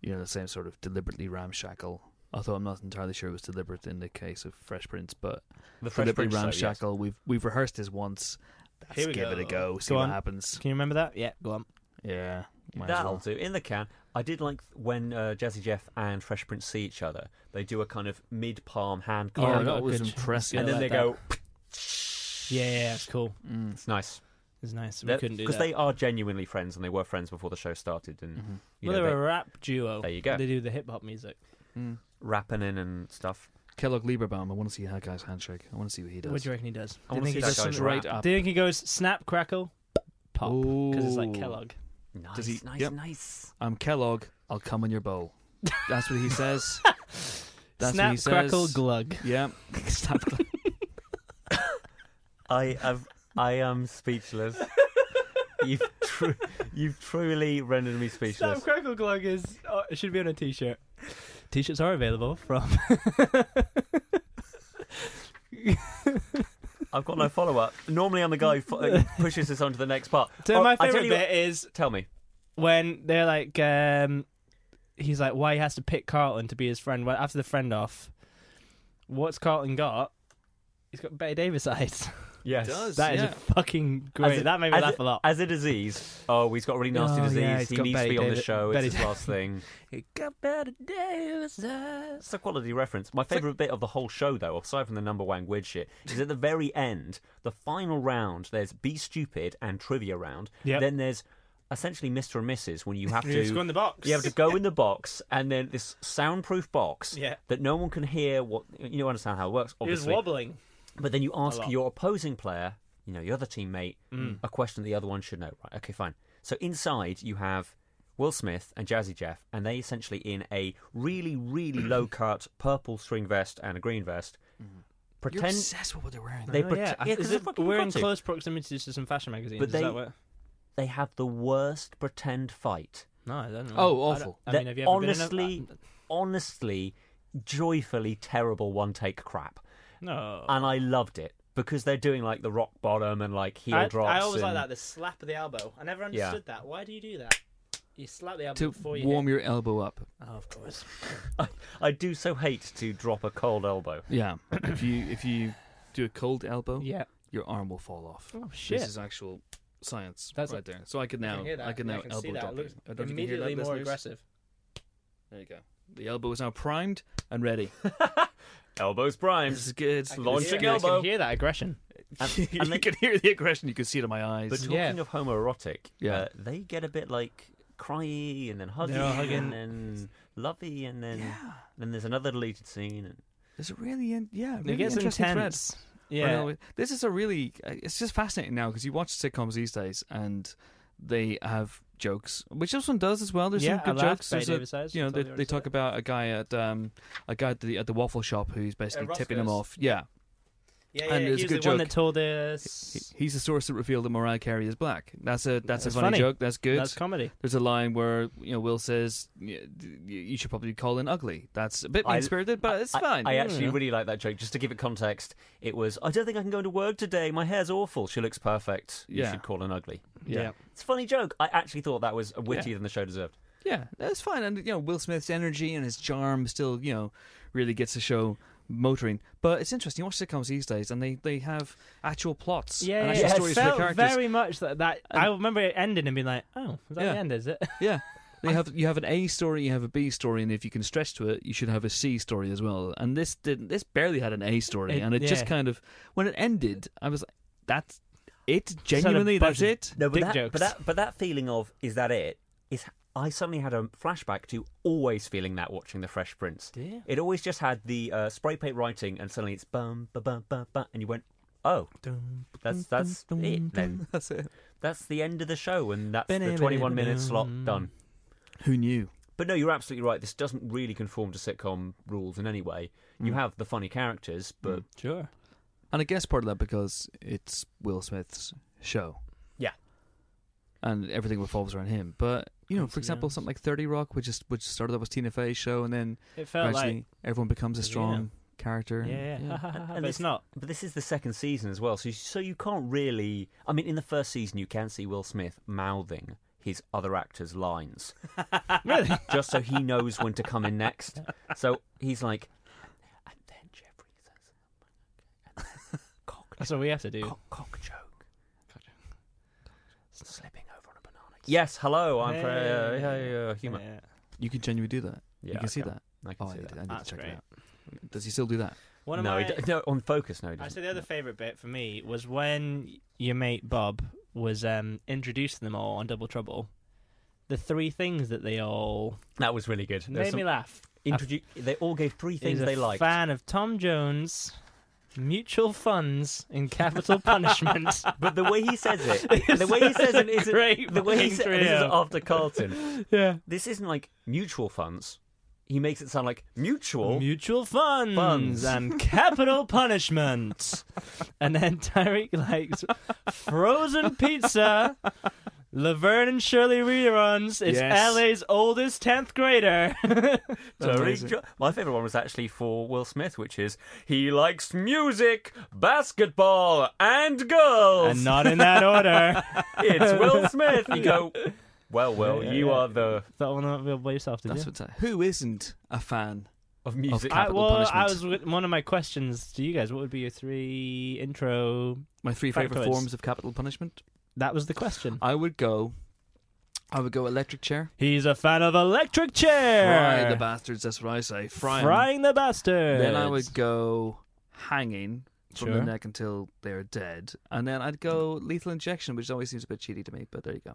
S3: you know, the same sort of deliberately ramshackle. Although I'm not entirely sure it was deliberate in the case of Fresh Prince, but
S2: The Fresh
S3: deliberately
S2: Prince, though, yes.
S3: ramshackle. E. We've we've rehearsed this once. Let's
S1: Here we
S3: give it a
S1: go.
S3: go. See
S1: Go
S3: what
S1: on.
S3: happens.
S1: Can you remember that? Yeah, go on.
S3: Yeah, might as
S2: That'll
S3: well.
S2: do. In the can. I did like when uh, Jazzy Jeff and Fresh Prince see each other. They do a kind of mid palm hand
S1: Yeah,
S3: Oh,
S1: I
S2: clap,
S1: got
S3: that
S1: a
S3: was
S1: good-
S3: impressive.
S1: I
S2: and then
S1: like
S2: they go.
S1: Yeah, yeah, yeah, it's cool.
S3: Mm.
S2: It's nice
S1: It's nice. We couldn't do
S2: because
S1: that. Mm-hmm.
S2: they are genuinely friends, and they were friends before the show started. And
S3: Mhm.
S2: you
S1: well,
S2: know,
S1: they're
S2: they-
S1: a rap duo.
S2: There you go.
S1: They do the hip hop music,
S3: Mm.
S2: rapping in and stuff.
S3: Kellogg Lieberbaum. I want to see that guy's handshake. I want to see what he does.
S1: What do you reckon he does?
S2: I
S1: do you
S2: wanna
S1: think
S2: see
S1: he
S2: that
S1: goes
S2: guy
S1: some-
S2: rap.
S3: straight up?
S1: Do you think he goes snap, crackle, pop? Because it's like
S3: Ooh.
S1: Kellogg.
S2: Nice,
S3: Does he-
S2: nice,
S3: yep.
S2: nice.
S3: I'm Kellogg. I'll come on your bowl. That's what he says. That's
S1: snap,
S3: what he says.
S1: crackle, glug.
S3: yeah. Snap, crackle.
S2: I have, I am speechless. you've tru- you've truly rendered me
S1: Snap,
S2: speechless.
S1: crackle, glug is oh, it should be on a t-shirt. T-shirts are available from.
S2: I've got no follow up. Normally, I'm the guy who fo- who pushes this on to the next part.
S1: So
S2: Oh,
S1: my
S2: I tell
S1: favorite
S2: you
S1: bit is
S2: what- Tell me.
S1: when they're like, um, he's like, why he has to pick Carlton to be his friend? Well, after the friend off, what's Carlton got? He's got Betty Davis eyes.
S2: Yes.
S3: does.
S1: That is
S3: Yeah.
S1: a fucking great.
S2: a-
S1: that made me
S2: as
S1: laugh a lot.
S2: As a disease, oh, he's got a really nasty
S1: Oh,
S2: disease.
S1: yeah, he's
S2: he
S1: got
S2: needs to
S1: Betty
S2: be on the
S1: Davis-
S2: show.
S1: Betty
S2: it's his last thing.
S1: He got Betty Davis eyes.
S2: It's a quality reference. My favourite bit of the whole show, though, aside from the number one weird shit, is at the very end, the final round, there's Be Stupid and Trivia Round.
S1: Yep.
S2: Then there's essentially Mr. and Mrs. when you have to.
S1: Just go in the box.
S2: You have to go in the box, and then this soundproof box
S1: Yeah.
S2: that no one can hear. What you don't understand how it works,
S1: He was
S2: obviously.
S1: wobbling.
S2: But then you ask
S1: lot. Mm.
S2: your opposing player, you know, your other teammate, a question that the other one should know. Right, okay, fine. So inside you have Will Smith and Jazzy Jeff, and they essentially in a really, really low cut purple string vest and a green vest.
S1: Mm.
S3: You're
S2: Pretend
S3: obsessed with what they're wearing.
S2: they
S1: Oh,
S2: pretend,
S1: yeah. I-
S2: yeah, 'cause
S1: is
S2: they've
S1: it-
S2: fucking
S1: we're
S2: got
S1: in
S2: to.
S1: close proximity to some fashion magazines.
S2: But
S1: is
S2: they-
S1: that what?
S2: They have the worst pretend fight.
S1: No, I don't know.
S3: Oh,
S1: I don't-
S3: awful.
S1: I,
S2: They're
S1: mean, have you ever
S2: honestly,
S1: been in uh,
S2: honestly, joyfully terrible one take crap,
S1: a, no.
S2: and I loved it because they're doing like the rock bottom and like heel
S1: I,
S2: drops.
S1: I always like
S2: and-
S1: that. The slap of the elbow. I never
S2: Yeah.
S1: understood that. Why do you do that? You slap the elbow
S3: to
S1: before you
S3: warm your elbow up.
S1: Hit. Oh, of course.
S2: I, I do so hate to drop a cold elbow.
S3: Yeah. if you if you do a cold elbow,
S1: Yeah.
S3: your arm will fall off.
S1: Oh shit.
S3: This is actual science.
S1: That's
S3: right there. So I could
S1: I
S3: now
S1: can hear that.
S3: I could
S1: Yeah,
S3: now
S1: can see
S3: elbow
S1: that.
S3: drop.
S1: It
S3: you.
S1: looks
S3: I don't know if you can hear
S1: immediately
S3: that,
S1: more
S3: listeners.
S1: aggressive.
S3: There you go. The elbow is now primed and ready.
S2: Elbows primed.
S3: This is good.
S2: can Launching
S1: I
S2: hear- elbow.
S1: can hear that aggression.
S2: And-
S3: you
S2: and they-
S3: could hear the aggression. You could see it in my eyes.
S2: But talking
S1: Yeah.
S2: of homoerotic,
S3: Yeah.
S2: uh, they get a bit like cryy and then huggy
S1: They're all hugging.
S2: and then lovey and then then there's another deleted scene. And
S3: It's a really in, yeah, really
S1: it gets
S3: interesting thread.
S1: intense.
S3: I
S1: Yeah.
S3: know. This is a really. uh, It's just fascinating now because you watch sitcoms these days and they have jokes, which this one does as well. There's
S1: yeah,
S3: some good
S1: I laughed
S3: jokes.
S1: by
S3: There's a-
S1: David Sayers,
S3: you know,
S1: that's
S3: they,
S1: all
S3: they talk
S1: ever
S3: about a guy at um, a guy at the, at the waffle shop who's basically tipping him
S1: Roscoe's.
S3: off. Yeah,
S1: said. Yeah,
S3: and
S1: yeah. he
S3: there's
S1: was
S3: a good
S1: the one
S3: joke.
S1: that told us.
S3: He- he's the source that revealed that Mariah Carey is black. That's a that's, a
S1: That's
S3: funny,
S1: funny.
S3: joke. That's good.
S1: That's comedy.
S3: There's a line where you know Will says "Y- y- you should probably call in ugly. That's a bit
S2: I-
S3: mean spirited, but it's
S2: I-
S3: fine.
S2: I,
S3: You
S2: actually
S3: know.
S2: really like that joke. Just to give it context, it was I don't think I can go into work today. My hair's awful. She looks perfect. You
S3: Yeah.
S2: should call an ugly.
S3: yeah.
S1: Yeah.
S2: It's a funny joke. I actually thought that was wittier than the show deserved.
S3: Yeah, that's fine. And you know, Will Smith's energy and his charm still, you know, really gets the show motoring. But it's interesting. You watch sitcoms these days, and they they have actual plots
S1: Yeah,
S3: and
S1: yeah,
S3: actual
S1: yeah.
S3: stories
S1: it
S3: for the
S1: felt
S3: characters.
S1: very much that, that I remember it ending and being like, "Oh, is that
S3: Yeah.
S1: the end? Is it?"
S3: Yeah. They have you have an A story, you have a B story, and if you can stretch to it, you should have a C story as well. And this didn't. This barely had an A story,
S1: It-
S3: and it just
S1: yeah.
S3: kind of when it ended, I was like, "That's it. Genuinely, that's
S1: bunch of
S3: it."
S2: No, but
S1: Dick
S2: that,
S1: jokes.
S2: but that but that feeling of is that it is. I suddenly had a flashback to always feeling that watching The Fresh Prince.
S1: Did you?
S2: It always just had the uh, spray paint writing, and suddenly it's bum ba bum ba bum, and you went, oh, that's that's it. Then
S3: That's it.
S2: that's the end of the show, and that's the twenty-one minute slot done.
S3: Who knew?
S2: But no, you're absolutely right. This doesn't really conform to sitcom rules in any way.
S1: Mm.
S2: You have the funny characters, but
S1: Sure.
S3: And I guess part of that because it's Will Smith's show.
S2: Yeah.
S3: And everything revolves around him. But you know, for example,
S1: Coincidence.
S3: something like Thirty Rock, which is which started off as Tina Fey's show, and then
S1: It felt
S3: gradually
S1: like
S3: everyone becomes a
S1: Yeah.
S3: strong character. and-
S1: yeah, yeah. but
S2: And
S1: it's
S2: this-
S1: not.
S2: but this is the second season as well. So so you can't really. I mean, in the first season, you can see Will Smith mouthing his other actors' lines,
S1: Really?
S2: just so he knows when to come in next. So he's like, and then Jeffrey says,
S1: That's what we have to do.
S2: cock, cock joke. Slipping over on a banana. Yes, hello. I'm pre- uh, yeah, yeah, yeah, human.
S1: Yeah.
S3: You can genuinely do that.
S2: Yeah,
S3: you
S2: I
S3: can see that.
S2: I
S3: Oh,
S2: can
S3: I
S2: see
S3: need, to- I
S2: that.
S3: need
S1: That's
S3: to check
S1: great.
S3: that out. Does he still do that?
S1: One of
S2: no,
S1: my,
S2: he d- no, on focus, no. He
S1: I
S2: doesn't.
S1: say the other favourite bit for me was when your mate Bob was um, introducing them all on Double Trouble. The three things that they all
S2: That was really good. There was
S1: made
S2: some
S1: me laugh.
S2: introdu- they all gave three things
S1: He's a
S2: they liked.
S1: Fan of Tom Jones, mutual funds, and capital punishment.
S2: But the way he says it, the way he says it isn't.
S1: Great
S2: The way he
S1: fucking
S2: says this is
S1: trio.
S2: after Carlton.
S1: yeah.
S2: This isn't like mutual funds. He makes it sound like mutual.
S1: Mutual funds,
S2: Funds.
S1: and capital punishment. and then Tyreek likes frozen pizza, Laverne and Shirley reruns. It's
S3: Yes.
S1: LA's oldest 10th grader.
S2: So he
S3: Amazing.
S2: jo- my favorite one was actually for Will Smith, which is he likes music, basketball, and
S3: Oh.
S2: girls.
S1: and not in that order.
S2: it's Will Smith. You go. Well, Will,
S1: Yeah, yeah,
S2: you
S1: yeah.
S2: are the
S1: that one not available by yourself, did
S3: That's
S1: you?
S3: what's what. Who isn't a fan?
S2: of music.
S3: Cap-
S1: I,
S3: Capital
S1: well, I
S3: punishment.
S1: was one of my questions to you guys. What would be your three intro?
S3: My three favorite
S1: Factoids.
S3: forms of capital punishment.
S1: That was the question.
S3: I would go. I would go electric chair.
S1: He's a fan of electric chair.
S3: Fry the bastards. That's what I say. Fry 'em.
S1: Frying the bastard.
S3: Then I would go hanging from
S1: Sure.
S3: the neck until they're dead, and then I'd go lethal injection, which always seems a bit cheaty to me. But there you go.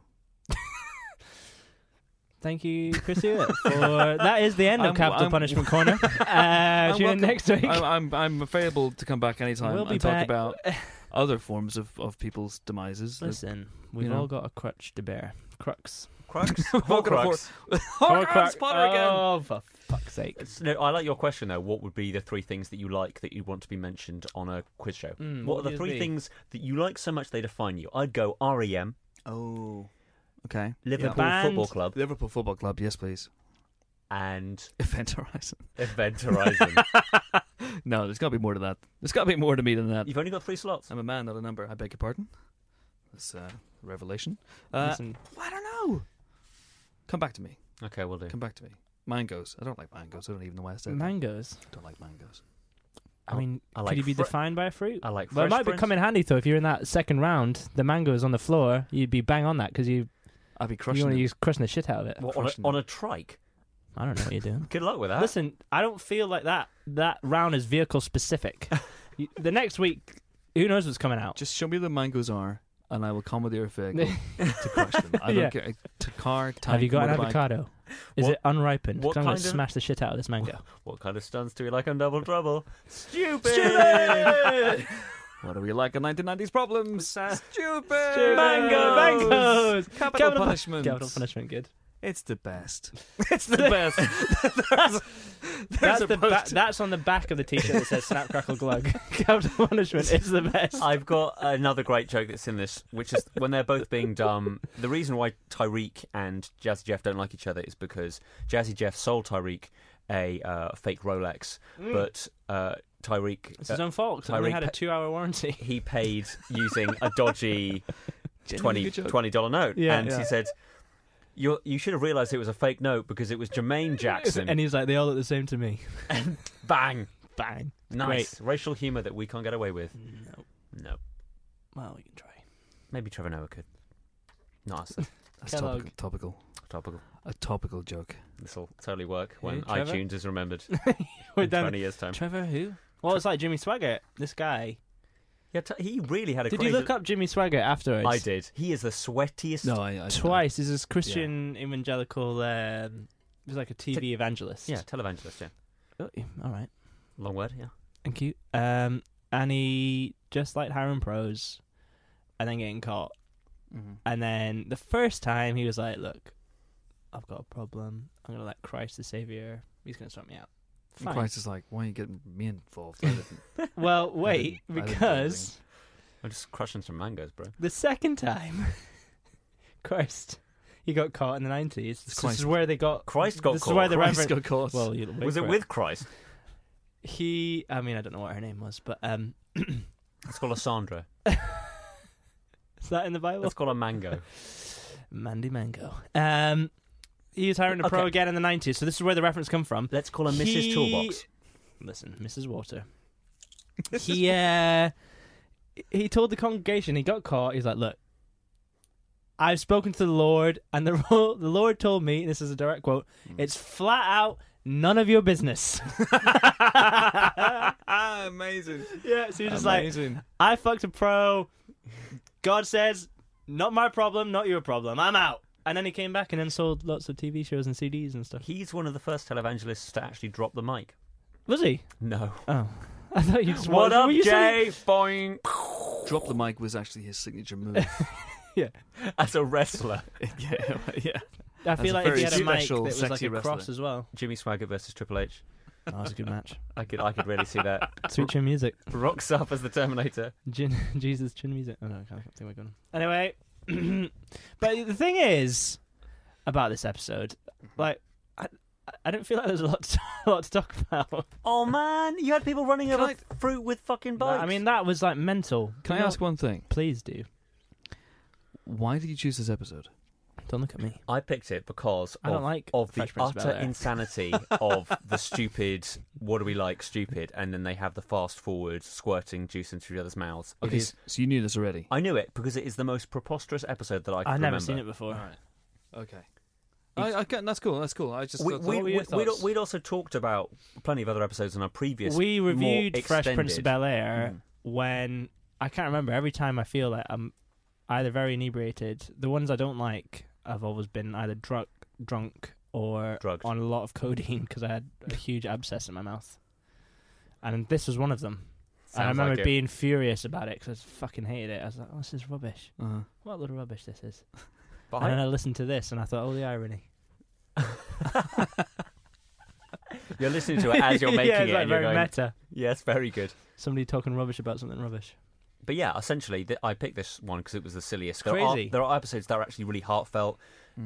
S1: Thank you, Chris Hewitt. For that is the end of
S3: I'm-
S1: Capital
S3: I'm-
S1: Punishment Corner. Uh,
S3: I'm
S1: tune in
S3: welcome-
S1: next week.
S3: I'm, I'm I'm available to come back anytime
S1: We'll be
S3: and
S1: back.
S3: talk about other forms of, of people's demises.
S1: Listen, we've
S3: You know.
S1: all got a crutch to bear. Crux.
S2: Crux.
S3: Vulcan
S2: Horcrux.
S1: Or crack- Oh, for fuck's sake.
S2: It's- No, I like your question though. What would be the three things that you like that you want to be mentioned on a quiz show?
S3: Hmm,
S1: Mm,
S2: what,
S1: what
S2: are
S1: would
S2: the
S1: yours
S2: three
S1: be?
S2: things that you like so much they define you? I'd go REM,
S3: Oh, okay.
S2: Liverpool
S1: Band.
S2: Football Club,
S3: Liverpool Football Club, yes, please.
S2: and
S3: Event Horizon.
S2: Event Horizon.
S3: No, there's got to be more to that. There's got to be more to me than that.
S2: You've only got three slots.
S3: I'm a man, not a number. I beg your pardon. That's uh, revelation. Uh,
S1: Listen,
S3: I don't know. Come back to me.
S2: Okay, we'll do.
S3: Come back to me. Mangoes. I don't like mangoes. I don't even know why I said that.
S1: mangoes.
S3: I don't like mangoes.
S1: I mean,
S2: Oh, I like
S1: could you be
S2: fr-
S1: defined by a fruit?
S2: I like.
S1: well, it
S2: Fresh
S1: might be
S2: Prince.
S1: come in handy though if you're in that second round. The mango is on the floor. You'd be bang on that because you
S3: I'd be
S1: you
S3: crushing
S1: want
S3: it.
S1: to use crushing the shit out of it.
S2: What, on,
S3: Crushing
S2: a, on a trike.
S1: I don't know what you're doing.
S2: Good luck with that.
S1: Listen, I don't feel like that. That round is vehicle specific. You- the next week, who knows what's coming out?
S3: Just show me the mangoes are, and I will commandeer a vehicle to crush them. I don't
S1: Yeah.
S3: care. To car, tank,
S1: Have you got an
S3: motorbike.
S1: avocado? Is
S2: What-
S1: it unripened? 'Cause
S2: what
S1: I'm gonna
S2: kind of-
S1: smash the shit out of this mango.
S2: What kind of stunts do we like on Double Trouble? Stupid.
S3: Stupid! What do we like in 1990s problems? Stupid!
S1: Mango, mangoes.
S3: Capital,
S1: pu-
S3: punishment.
S1: Capital punishment. Good.
S3: It's the best.
S1: It's the best. that's,
S3: a
S1: the ba-
S3: post-
S1: that's on the back of the t-shirt that says "Snap Crackle Glug." Capital punishment is the best.
S2: I've got another great joke that's in this, which is when they're both being dumb. The reason why Tyreek and Jazzy Jeff don't like each other is because Jazzy Jeff sold Tyreek a uh, fake Rolex,
S1: Mm.
S2: but uh, Tyreek
S1: It's
S2: uh,
S1: his own fault. I only
S2: Tyreek
S1: had a
S2: pa-
S1: two-hour warranty.
S2: he paid using a dodgy 20
S3: Genuinely good joke.
S2: dollar note,
S1: Yeah,
S2: and
S1: yeah.
S2: he said. You, you should have realised it was a fake note because it was Jermaine Jackson.
S1: And he's like, they all look the same to me.
S2: Bang!
S1: Bang.
S2: Nice racial humour that we can't get away with.
S1: No.
S2: No,
S1: Well, we can try.
S2: maybe Trevor Noah could. Nice,
S3: That's
S1: Kellogg.
S3: topical, topical.
S2: topical.
S3: A topical joke.
S2: This will totally work
S1: Who,
S2: when
S1: Trevor?
S2: iTunes is remembered
S1: We're
S2: in
S1: done.
S2: 20 years' time.
S1: Trevor, who? Well, it's like Jimmy Swaggart. This guy.
S2: Yeah, t- he really had a
S1: Did
S2: crazy...
S1: you look up Jimmy Swaggart afterwards?
S2: I did. He is the sweatiest.
S3: No, I. I
S1: Twice. He's this Christian evangelical. Um, he was like a TV evangelist.
S2: Yeah, televangelist, yeah.
S1: Oh, yeah, all right.
S2: Long word, yeah.
S1: Thank you. Um, and he just like hiring pros, and then getting caught.
S3: Mhm.
S1: And then the first time he was like, "Look, I've got a problem. I'm gonna let Christ the Savior. He's gonna sort me out.
S3: And
S1: Fine.
S3: Christ is like, why are you getting me involved? I didn't-
S1: well, wait,
S3: I didn't do
S1: because
S2: I'm just crushing some mangoes, bro.
S1: the second time, Christ, he got caught in the nineties. This
S3: Christ.
S1: is where they got.
S2: Christ got
S1: this
S2: caught.
S1: is where the
S3: Christ
S1: reverend.
S3: got caught.
S1: Well, you'll wait
S2: was
S1: for
S2: it with Christ?
S1: He, I mean, I don't know what her name was, but um,
S2: It's called a Sandra.
S1: is that in the Bible?
S2: It's called a mango.
S1: Mandy Mango. Um, he was hiring a pro
S2: Okay.
S1: again in the nineties, so this is where the reference come from.
S2: Let's call her Mrs.
S1: He-
S2: Toolbox.
S1: Listen, Mrs. Water. he uh, he told the congregation he got caught. He's like, look, I've spoken to the Lord, and the ro- the Lord told me, and this is a direct quote, it's flat out none of your business. yeah,
S3: amazing.
S1: so you're just like,
S3: amazing.
S1: I fucked a pro. God says, not my problem, not your problem. I'm out. And then he came back and then sold lots of TV shows and CDs and stuff.
S2: He's one of the first televangelists to actually drop the mic.
S1: Was he?
S2: No.
S1: Oh, I thought you just
S2: What up,
S1: were you saying-
S2: Jay? Boing.
S3: Drop the mic was actually his signature move.
S2: As a wrestler,
S3: yeah, yeah.
S1: I feel
S3: a
S1: like if
S3: very
S1: you had a mic that
S3: special,
S1: was like
S3: sexy
S1: a cross
S3: wrestler. Oh,
S1: as well.
S2: Jimmy Swaggart versus Triple H.
S1: That was a good match.
S2: I could, I could really see that.
S1: Sweet chin music.
S2: Rocks up as the Terminator.
S1: Gin, Jesus chin music. Oh no, I can't I think we're going. Anyway, but the thing is about this episode, like, I, I don't feel like there's a lot to, a lot to talk about.
S2: Oh man, you had people running
S3: Can
S2: over
S3: I-
S2: fruit with fucking bikes.
S1: I mean, that was like mental.
S3: Can
S1: You
S3: I
S1: know-
S3: ask one thing?
S1: Please do.
S3: Why did you choose this episode?
S1: Don't look at me.
S2: I picked it because
S1: I don't
S2: of,
S1: like
S2: of the
S1: Fresh Prince of
S2: utter
S1: Bel-Air.
S2: insanity of the stupid. What do we like? Stupid, and then they have the fast forward squirting juice into each other's mouths. It
S3: Okay,
S2: is-
S3: s- so you knew this already.
S2: I knew it because it is the most preposterous episode that I.
S1: I've
S2: Can
S1: never
S2: remember.
S1: seen it before.
S3: Okay. I, I can, that's cool. That's cool. I just
S2: We,
S3: thought-
S2: we,
S1: what were
S2: we,
S1: your
S2: we'd,
S1: thoughts?
S2: we'd also talked about plenty of other episodes in our previous.
S1: we
S2: more
S1: reviewed Fresh Prince of
S2: extended- Mm-hmm.
S1: Bel Air when I can't remember. Every time I feel like I'm either very inebriated, the ones I don't like, I've always been either drunk, drunk, or
S2: Drugged.
S1: on a lot of codeine because I had a huge abscess in my mouth, and this was one of them. and I
S2: Sounds
S1: remember
S2: like it.
S1: being furious about it because I fucking hated it. I was like, "Oh, this is rubbish!
S3: Uh-huh.
S1: What a load of rubbish this is!"
S2: But
S1: And then
S2: I-
S1: I listened to this and I thought, "Oh, the irony."
S2: You're listening to it as you're making
S1: yeah, it's
S2: it.
S1: like
S2: and you're
S1: very
S2: going,
S1: meta.
S2: Yes, very good.
S1: Somebody talking rubbish about something rubbish.
S2: But yeah, essentially, th- I picked this one because it was the silliest.
S1: It's
S2: there are
S1: crazy. Mm.
S2: there are episodes that are actually really heartfelt,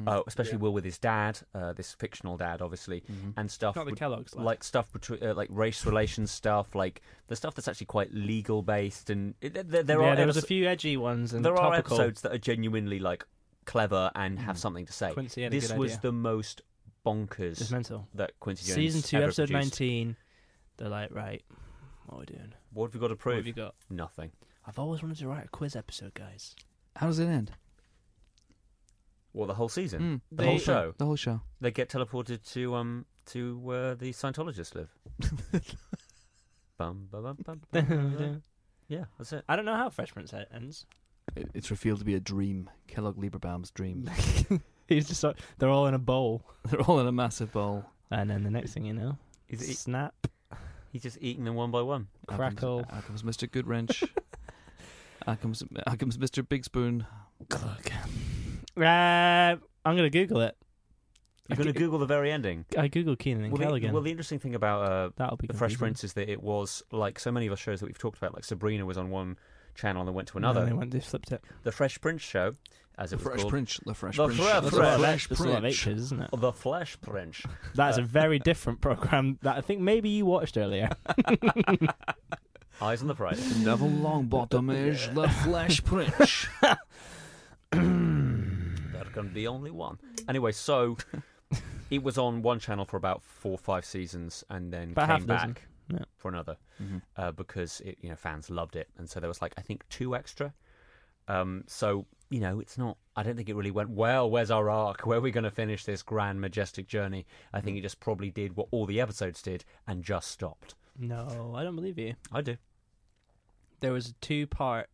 S2: uh, especially
S3: Yeah.
S2: Will with his dad, uh, this fictional dad, obviously,
S3: Mm-hmm.
S2: and stuff
S1: Not the
S2: with-
S1: Kellogg's lad.
S2: like stuff between uh, like race relations stuff, like the stuff that's actually quite legal based, and it, there, there, there
S1: yeah,
S2: are
S1: there was a
S2: episo-
S1: few edgy ones and
S2: there are
S1: topical. Hmm.
S2: episodes that are genuinely like clever and have something to say.
S1: Quincy had a
S2: this
S1: good
S2: was
S1: idea.
S2: the most bonkers
S1: It's mental.
S2: that Quincy Jones
S1: Season two,
S2: ever
S1: episode
S2: produced.
S1: nineteen. They're like, right, what are we doing?
S2: What have we got to
S1: What
S2: prove?
S1: have you got?
S2: Nothing.
S1: I've always wanted to write a quiz episode, guys.
S3: How does it end?
S2: Well, the whole season,
S3: Mm.
S2: the
S1: Hmm. They-
S2: whole show.
S3: The whole show.
S2: They get teleported to um to where the Scientologists live. bum, bum, bum, bum, bum, bum, bum.
S1: I
S2: yeah, that's it.
S1: don't know how Fresh Prince e- ends.
S3: It, it's revealed to be a dream. Kellogg Lieberbaum's dream.
S1: He's just like, they're all in a bowl,
S3: They're all in a massive bowl.
S1: and then the next thing you know,
S2: He's, he,
S1: snap,
S2: he's just eating them one by one.
S3: Out comes-
S1: crackle,
S3: Out comes Mr. Goodwrench. out, comes, out comes Mr. Big Spoon.
S1: cluck. Uh, I'm gonna Google it.
S2: You're going to Google the very ending.
S1: I Google Keenan and
S2: Well the,
S1: Callaghan.
S2: well, the interesting thing about uh,
S1: That'll be
S2: the Fresh
S1: confusing.
S2: Prince is that it was like so many of our shows that we've talked about. Like Sabrina was on one channel and then went to
S1: No,
S2: another.
S1: they went. They flipped it.
S2: The Fresh Prince show, as it was
S3: Fresh
S2: called.
S3: Prince. The Fresh
S2: The
S3: Prince.
S2: Fresh
S3: The
S1: That's a lot of-
S2: Fresh
S1: that's a lot of
S3: Prince.
S1: H's, isn't it?
S2: The Flash Prince.
S1: That's a very different program that I think maybe you watched earlier.
S2: Eyes on the prize.
S3: Neville Longbottom is the Flash Prince.
S2: There can be only one. Anyway, so it was on one channel for about four or five seasons and then
S1: About half
S2: came
S1: a dozen.
S2: back
S1: Yeah.
S2: for another uh, because it, you know fans loved it. And so there was like, I think, two extra. Um, so, you know, it's not, I don't think it really went, well, where's our arc? Where are we going to finish this grand, majestic journey? I think it just probably did what all the episodes did and just stopped.
S1: No, I don't believe you.
S2: I do.
S1: There was a two part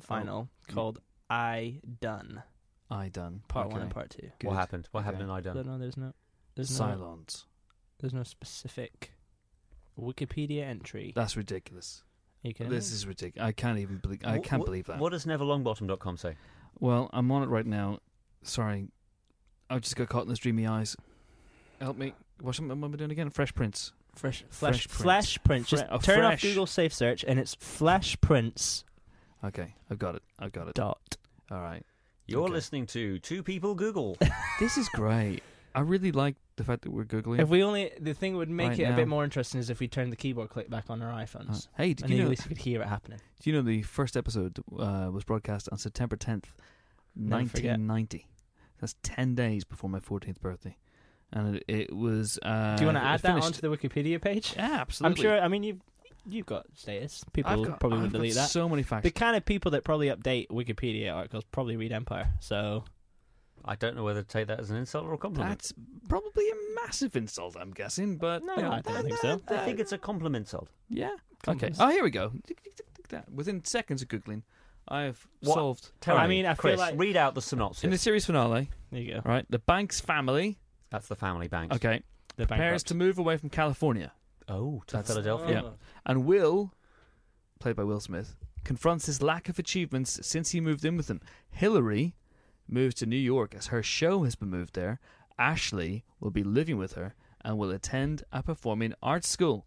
S1: final
S3: Mm.
S1: called I Done.
S3: I done.
S1: Part one
S3: Okay.
S1: and part two.
S3: Good.
S2: What happened? What happened in
S3: Okay.
S2: I
S1: No,
S2: Done?
S1: no, there's no there's no
S3: Silence.
S1: there's no specific Wikipedia entry.
S3: That's ridiculculous.
S1: you can
S3: This is ridiculous. I can't even believe. I
S2: Wh-
S3: can't
S2: wh-
S3: believe that.
S2: What does NeverLongbottom.com say?
S3: Well, I'm on it right now. Sorry, I've just got caught in those dreamy eyes. Help me. What's what am I doing again? Fresh Prince. Fresh
S1: Flash,
S3: Prince.
S1: Flash Prince. Just
S3: Fre- oh,
S1: turn
S3: fresh.
S1: off Google Safe Search, and it's Flash Prince
S3: Okay, I've got it. I've got it.
S1: dot.
S3: All right.
S2: You're
S3: Okay.
S2: listening to Two People Google.
S3: This is great. I really like the fact that we're googling.
S1: If we only the thing would make
S3: Right
S1: it a bit
S3: now.
S1: more interesting is if we turned the keyboard click back on our
S3: Uh,
S1: iPhones,
S3: hey, did
S1: and then
S3: you know?
S1: at least you could hear it happening.
S3: Do you know the first episode uh, was broadcast on September 10th,
S1: Never forget.
S3: 1990? That's 10 days before my 14th birthday. And it, it was. Uh,
S1: Do you want to
S3: it
S1: add
S3: was
S1: that
S3: finished-
S1: onto the Wikipedia page?
S3: Yeah, absolutely.
S1: I'm sure. I mean, you've you've got status.
S3: I've
S1: People
S3: got-
S1: probably
S3: I've
S1: would
S3: got
S1: delete that.
S3: So many facts.
S1: the kind of people that probably update Wikipedia articles probably read Empire. So
S2: I don't know whether to take that as an insult or a compliment.
S3: That's probably a massive insult, I'm guessing. But
S1: No,
S3: you know,
S1: I don't think so.
S2: I think it's a compliment insult.
S3: yeah. Okay.
S1: Compass.
S3: Oh, here we go. Tick, tick, tick, tick, that. Within seconds of googling, I have
S2: What?
S3: solved.
S2: Tell
S1: I
S2: me,
S1: mean, I feel
S2: Chris,
S1: like-
S2: read out the synopsis.
S3: In the series finale,
S1: there you go.
S3: right? The Banks family.
S2: That's the family bank.
S3: Okay.
S1: The
S3: Prepares to move away from California.
S2: Oh, to
S3: That's-
S2: Philadelphia.
S3: yeah. And Will, played by Will Smith, confronts his lack of achievements since he moved in with them. Hillary moves to New York as her show has been moved there. Ashley will be living with her and will attend a performing arts school.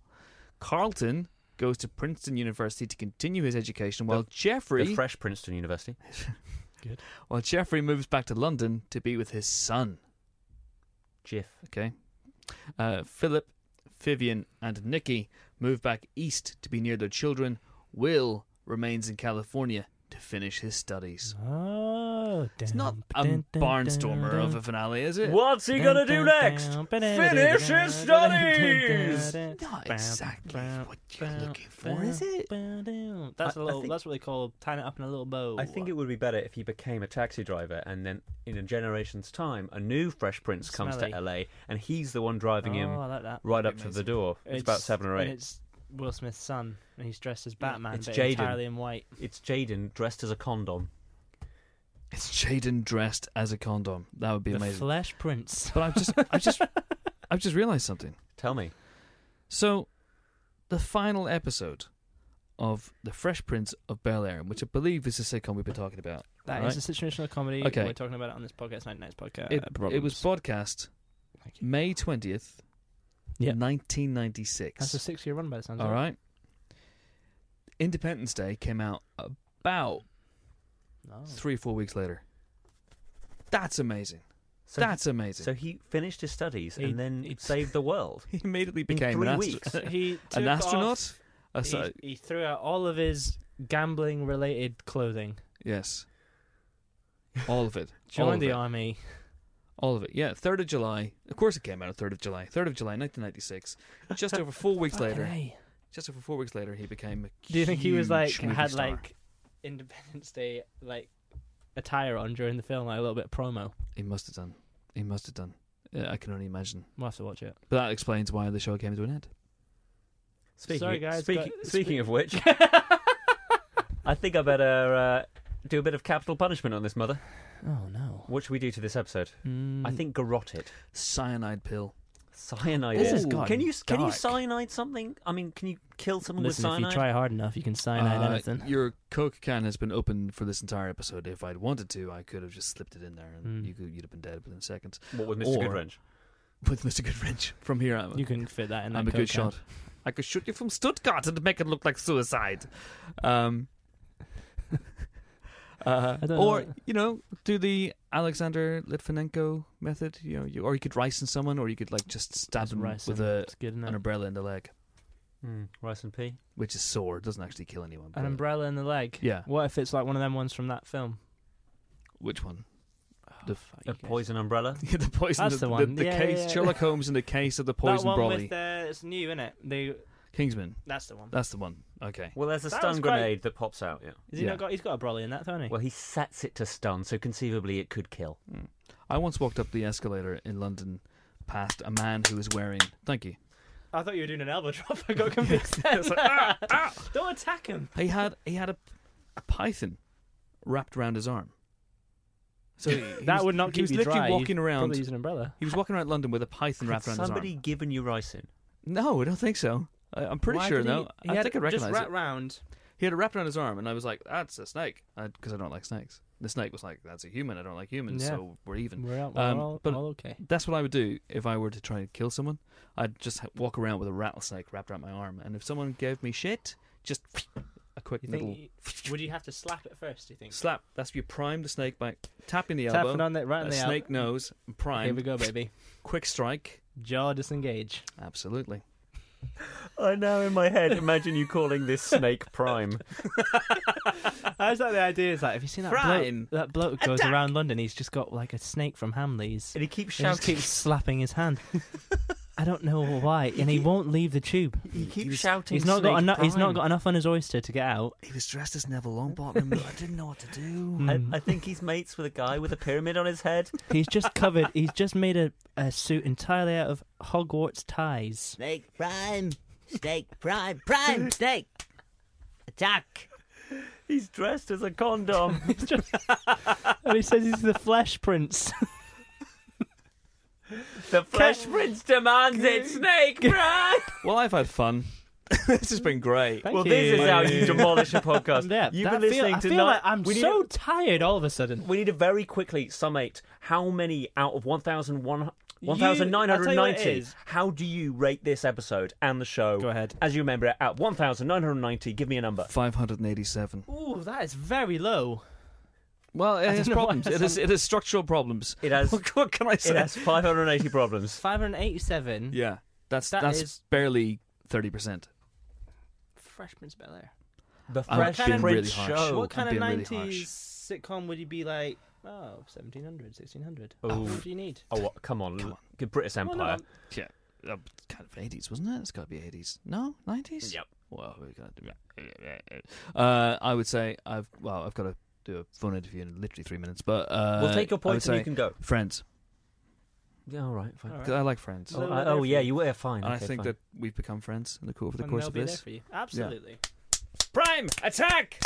S3: Carlton goes to Princeton University to continue his education, while
S2: The
S3: Jeffrey
S2: Fresh Princeton University.
S3: while Jeffrey moves back to London to be with his son.
S2: Jiff.
S3: Okay. Uh, Philip, Vivian, and Nikki move back east to be near their children. Will remains in California to finish his studies.
S1: Oh,
S3: It's not a barnstormer of a finale, is it?
S2: What's he gonna do next? Finish his studies!
S3: Not exactly what you're looking for, is it?
S1: That's
S2: I-
S1: a
S2: I
S1: little.
S2: think-
S1: that's what they call tying it up in a little bow.
S2: I think it would be better if he became a taxi driver, and then in a generation's time, a new Fresh Prince comes
S1: Smelly.
S2: to LA, and he's the one driving
S1: Oh, I
S2: him
S1: like that.
S2: right up to the door. It's, about seven or
S1: And
S2: eight.
S1: it's Will Smith's son, and he's dressed as Batman,
S2: It's
S1: but
S2: Jaden.
S1: entirely in white.
S2: It's Jaden dressed as a condom.
S3: It's Jaden dressed as a condom. That would be
S1: the
S3: amazing.
S1: Flesh Prince.
S3: But I've just, I've just, I've just realized something.
S2: Tell me,
S3: So, the final episode of The Fresh Prince of Bel Air, which I believe is the sitcom we've been talking about.
S1: That is
S3: right?
S1: a situational comedy.
S3: Okay.
S1: We're talking about it on this podcast, Night Nights podcast.
S3: it, it
S1: Uh, Problems.
S3: was broadcast
S1: Thank you.
S3: May 20th,
S1: Yeah.
S3: 1996.
S1: That's a six-year run by the sounds.
S3: All
S1: of it.
S3: right. Independence Day came out
S1: Oh.
S3: about
S1: No.
S3: three, four weeks later. That's amazing.
S2: so
S3: That's amazing.
S2: so he finished his studies
S1: He-
S2: and then
S1: he-
S2: saved the world.
S3: he immediately
S2: In
S3: became
S2: three
S3: an, astro-
S2: weeks.
S1: he took
S3: an astronaut.
S1: off-
S3: Uh,
S1: he-
S3: so-
S1: he, threw out all of his gambling-related clothing.
S3: yes. All of it. all
S1: Joined
S3: of
S1: the
S3: it.
S1: army.
S3: All of it. Yeah, 3rd of July. Of course it came out on 3rd of July. 3rd of July, 1996. Just over four weeks
S1: Fucking
S3: later.
S1: A.
S3: Just over four weeks later, he became a
S1: Do you think he was like
S3: huge movie
S1: had
S3: star.
S1: like Independence Day like attire on during the film, like a little bit of promo?
S3: He must have done. He must have done. Yeah, I can only imagine.
S1: We'll have to watch it.
S3: But that explains why the show came to an end.
S2: Speaking,
S1: Sorry, guys,
S2: Speaking,
S1: but-
S2: speaking of which, I think I better uh, do a bit of capital punishment on this mother.
S1: Oh no.
S2: What should we do to this episode?
S3: Hmm.
S1: Mm.
S2: I think garrot it.
S3: Cyanide pill.
S2: Cyanide.
S3: This
S2: it.
S3: has gotten
S2: Can you can you
S3: dark.
S2: cyanide something? I mean, can you kill someone
S1: Listen,
S2: with
S1: if you
S2: cyanide?
S1: try hard enough, you can cyanide
S3: Uh,
S1: anything.
S3: Your Coke can has been open for this entire episode. If I'd wanted to, I could have just slipped it in there, and
S1: Mm.
S3: you could, you'd have been dead within seconds.
S2: What with Mr.
S3: Or-
S2: Goodwrench?
S3: With Mr. Goodwrench from here, I'm,
S1: You can fit that in.
S3: I'm a
S1: that
S3: good
S1: Coke can.
S3: shot. I could shoot you from Stuttgart and make it look like suicide. Um, uh,
S1: I don't
S3: or
S1: know.
S3: you know, do the Alexander Litvinenko method. You know, you, or you could rice in someone, or you could like just stab
S1: Just
S3: them
S1: rice
S3: with
S1: in.
S3: a,
S1: It's good
S3: an
S1: enough.
S3: umbrella in the leg,
S2: Mm, rice and pea.
S3: which is sore. It doesn't actually kill anyone.
S1: An
S3: but-
S1: umbrella in the leg.
S3: Yeah.
S1: What if it's like one of them ones from that film?
S3: Which one? The-
S1: Oh, fuck
S2: A
S1: you guys.
S2: poison umbrella.
S3: Yeah, the poison.
S1: That's the one.
S3: The,
S1: Yeah,
S3: case.
S1: yeah, yeah.
S3: Sherlock Holmes and the case of the
S1: That
S3: poison
S1: one
S3: brolly.
S1: with the it's new, isn't it? They
S3: Kingsman.
S1: that's the one.
S3: That's the one. Okay.
S2: Well, there's a
S1: That
S2: stun
S1: was quite-
S2: grenade that pops out. Yeah.
S1: Is he
S3: yeah.
S1: not got? He's got a brolly in that, don't he?
S2: Well, he sets it to stun, so conceivably it could kill.
S3: I once walked up the escalator in London past a man who was wearing. Thank you.
S1: I thought you were doing an elbow drop. I got confused. then. Don't attack him.
S3: He had he had a, a python wrapped around his arm. So he, he
S1: that
S3: was,
S1: would not keep
S3: he was
S1: you
S3: literally
S1: dry.
S3: walking around.
S1: Probably use an umbrella.
S3: He was walking around London with a python
S2: Had
S3: wrapped around
S2: somebody
S3: his arm.
S2: given you ricin?
S3: No, I don't think so. I, I'm pretty
S1: Why
S3: sure
S1: did
S3: though.
S1: He, he
S3: I
S1: had
S3: think I
S1: it just
S3: recognize
S1: wrapped
S3: it.
S1: round.
S3: He had it wrapped around his arm, and I was like, "That's a snake," because I, don't like snakes. the snake was like, "That's a human. I don't like humans,
S1: Yeah.
S3: so we're even."
S1: We're all,
S3: Um,
S1: we're all,
S3: but-
S1: all okay.
S3: That's what I would do if I were to try and kill someone. I'd just ha- walk around with a rattlesnake wrapped around my arm, and if someone gave me shit, just a quick
S1: You
S3: little
S1: think, would you have to slap it first? Do you think?
S3: slap. That's you prime the snake by tapping the elbow,
S1: Tapping on it right in
S3: a
S1: the
S3: snake
S1: elbow.
S3: nose, prime.
S1: Here we go, baby.
S3: Quick strike.
S1: Jaw disengage.
S3: Absolutely.
S2: I now in my head imagine you calling this Snake Prime.
S1: I was like, the idea is like, have you seen that
S3: Prime.
S1: bloke? That bloke goes around London. He's just got like a snake from Hamleys.
S2: And he keeps
S1: He just
S2: shouting.
S1: keeps slapping his hand. I don't know why, and he won't leave the tube.
S2: He keeps shouting.
S1: He's not got
S2: Snake
S1: enough. He's not
S2: Prime.
S1: got enough on his oyster to get out.
S3: He was dressed as Neville Longbottom, but I didn't know what to do.
S2: I,
S1: Mm.
S2: I think he's mates with a guy with a pyramid on his head.
S1: He's just covered. He's just made a, a suit entirely out of Hogwarts ties.
S4: Snake Prime! Snake Prime! Prime! Snake! Attack!
S2: He's dressed as a condom.
S1: And he says he's the Flesh Prince.
S2: the Fresh Prince demands it. Snake Prime.
S3: Well, I've had fun. this has been great.
S1: Thank
S2: well, this
S1: you.
S2: is how you demolish a podcast.
S1: Yeah,
S2: You've
S1: that feel-
S2: been listening
S1: I
S2: to.
S1: feel
S2: ni-
S1: like I'm
S2: we need
S1: so
S2: to-
S1: tired all of a sudden.
S2: we need to very quickly summate how many out of 1,990.
S1: You- I'll tell you what it is.
S2: how do you rate this episode and the show?
S1: Go ahead.
S2: As you remember it, at 1,990, give me a number.
S3: 587.
S1: Ooh, that is very low.
S3: Well, it has
S1: don't know why
S3: problems.
S1: I
S3: It has, it has structural problems.
S2: It has-
S3: What, what can I
S2: It
S3: say?
S2: has 580 problems.
S1: 587.
S3: yeah, that's
S1: That
S3: that's
S1: is-
S3: barely thirty percent.
S1: Fresh Prince Bel Air.
S2: The
S3: I'm
S2: Fresh
S3: being
S2: Prince
S3: really harsh.
S2: Show.
S1: what kind of
S3: I'm being
S1: 90s
S3: really harsh.
S1: sitcom would you be like, oh, 1700, 1600?
S2: Ooh.
S1: What do you need?
S2: Oh, what- come on. Come British
S1: Well,
S2: Empire.
S1: no,
S3: Yeah, uh, kind of eighties, wasn't it? It's got to be eighties. No, nineties.
S2: Yep.
S3: Well, we're gonna do Uh, I would say I've well, I've got to do a phone interview in literally three minutes, but uh,
S2: we'll take your
S3: I would
S2: points and
S3: say Uh,
S2: you can go.
S3: Friends.
S2: Yeah, all right, fine.
S3: 'cause I like friends.
S1: So
S2: Oh,
S1: we're
S2: I-
S1: there
S2: oh,
S1: for
S2: yeah,
S1: you.
S2: you were fine.
S3: and I
S2: Okay,
S3: think
S2: fine.
S3: that we've become friends in the course, over the
S1: And
S3: course
S1: they'll
S3: of
S1: be there
S3: this.
S1: for you. Absolutely.
S2: Prime attack.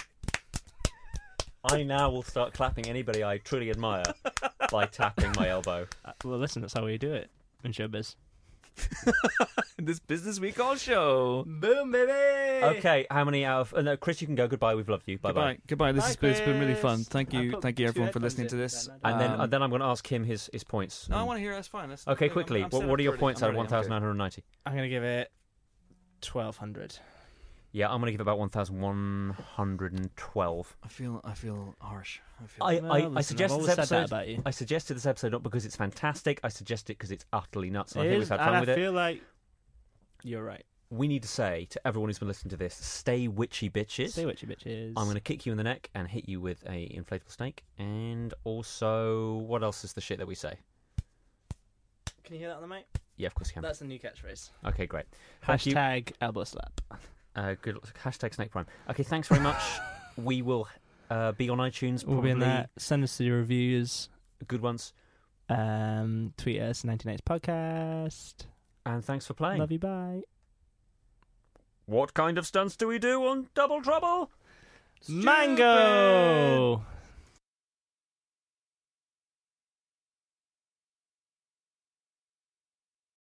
S2: I now will start clapping anybody I truly admire by tapping my elbow.
S1: Uh, well, listen, that's how we do it in showbiz.
S3: this business we call show.
S1: Boom, baby!
S2: Okay, how many out of? Uh, no, Chris, you can go. Goodbye. We've loved you. Bye bye.
S3: Goodbye. Goodbye. This
S1: Bye,
S3: has been, it's been really
S1: Chris.
S3: fun. Thank
S1: I
S3: you.
S1: put
S3: Thank you,
S1: two
S3: everyone, for
S1: headphones
S3: listening to
S1: in,
S3: this.
S1: then I
S2: And then,
S3: Um,
S2: and then I'm going to ask him his, his points. Mm.
S3: no, I want to hear. That's fine. That's,
S2: Okay,
S3: I'm-
S2: quickly.
S3: I'm
S2: what,
S3: set
S2: what
S3: up
S2: are your
S3: for it.
S2: points
S3: I'm
S2: out of
S3: ready.
S2: 1,990?
S1: I'm going to give it 1200.
S2: Yeah, I'm going to give about 1,112.
S3: I feel. I feel harsh. I feel.
S2: I,
S1: Well,
S2: I,
S1: listen,
S2: I
S1: I've
S2: suggest
S1: always
S2: this
S1: said that
S2: episode.
S1: about you.
S2: I suggested this episode not because it's fantastic. I suggest it because it's utterly nuts. And I
S1: It
S2: think
S1: is,
S2: we've had
S1: and
S2: fun
S1: I
S2: with it.
S1: feel like you're right.
S2: We need to say to everyone who's been listening to this, stay witchy bitches.
S1: Say what you bitches.
S2: I'm going to kick you in the neck and hit you with a inflatable snake. And also, what else is the shit that we say?
S1: Can you hear that on the mic?
S2: Yeah, of course you can.
S1: That's the new catchphrase.
S2: Okay, great. Thank you.
S1: Hashtag elbow slap.
S2: Uh, good hashtag Snake Prime. Okay, thanks very much. we will uh, be on iTunes.
S1: We'll
S2: Probably
S1: be in there. Send us your reviews.
S2: good ones.
S1: Um, tweet us 1980s podcast.
S2: And thanks for playing.
S1: Love you. Bye.
S2: What kind of stunts do we do on Double Trouble?
S1: Mango.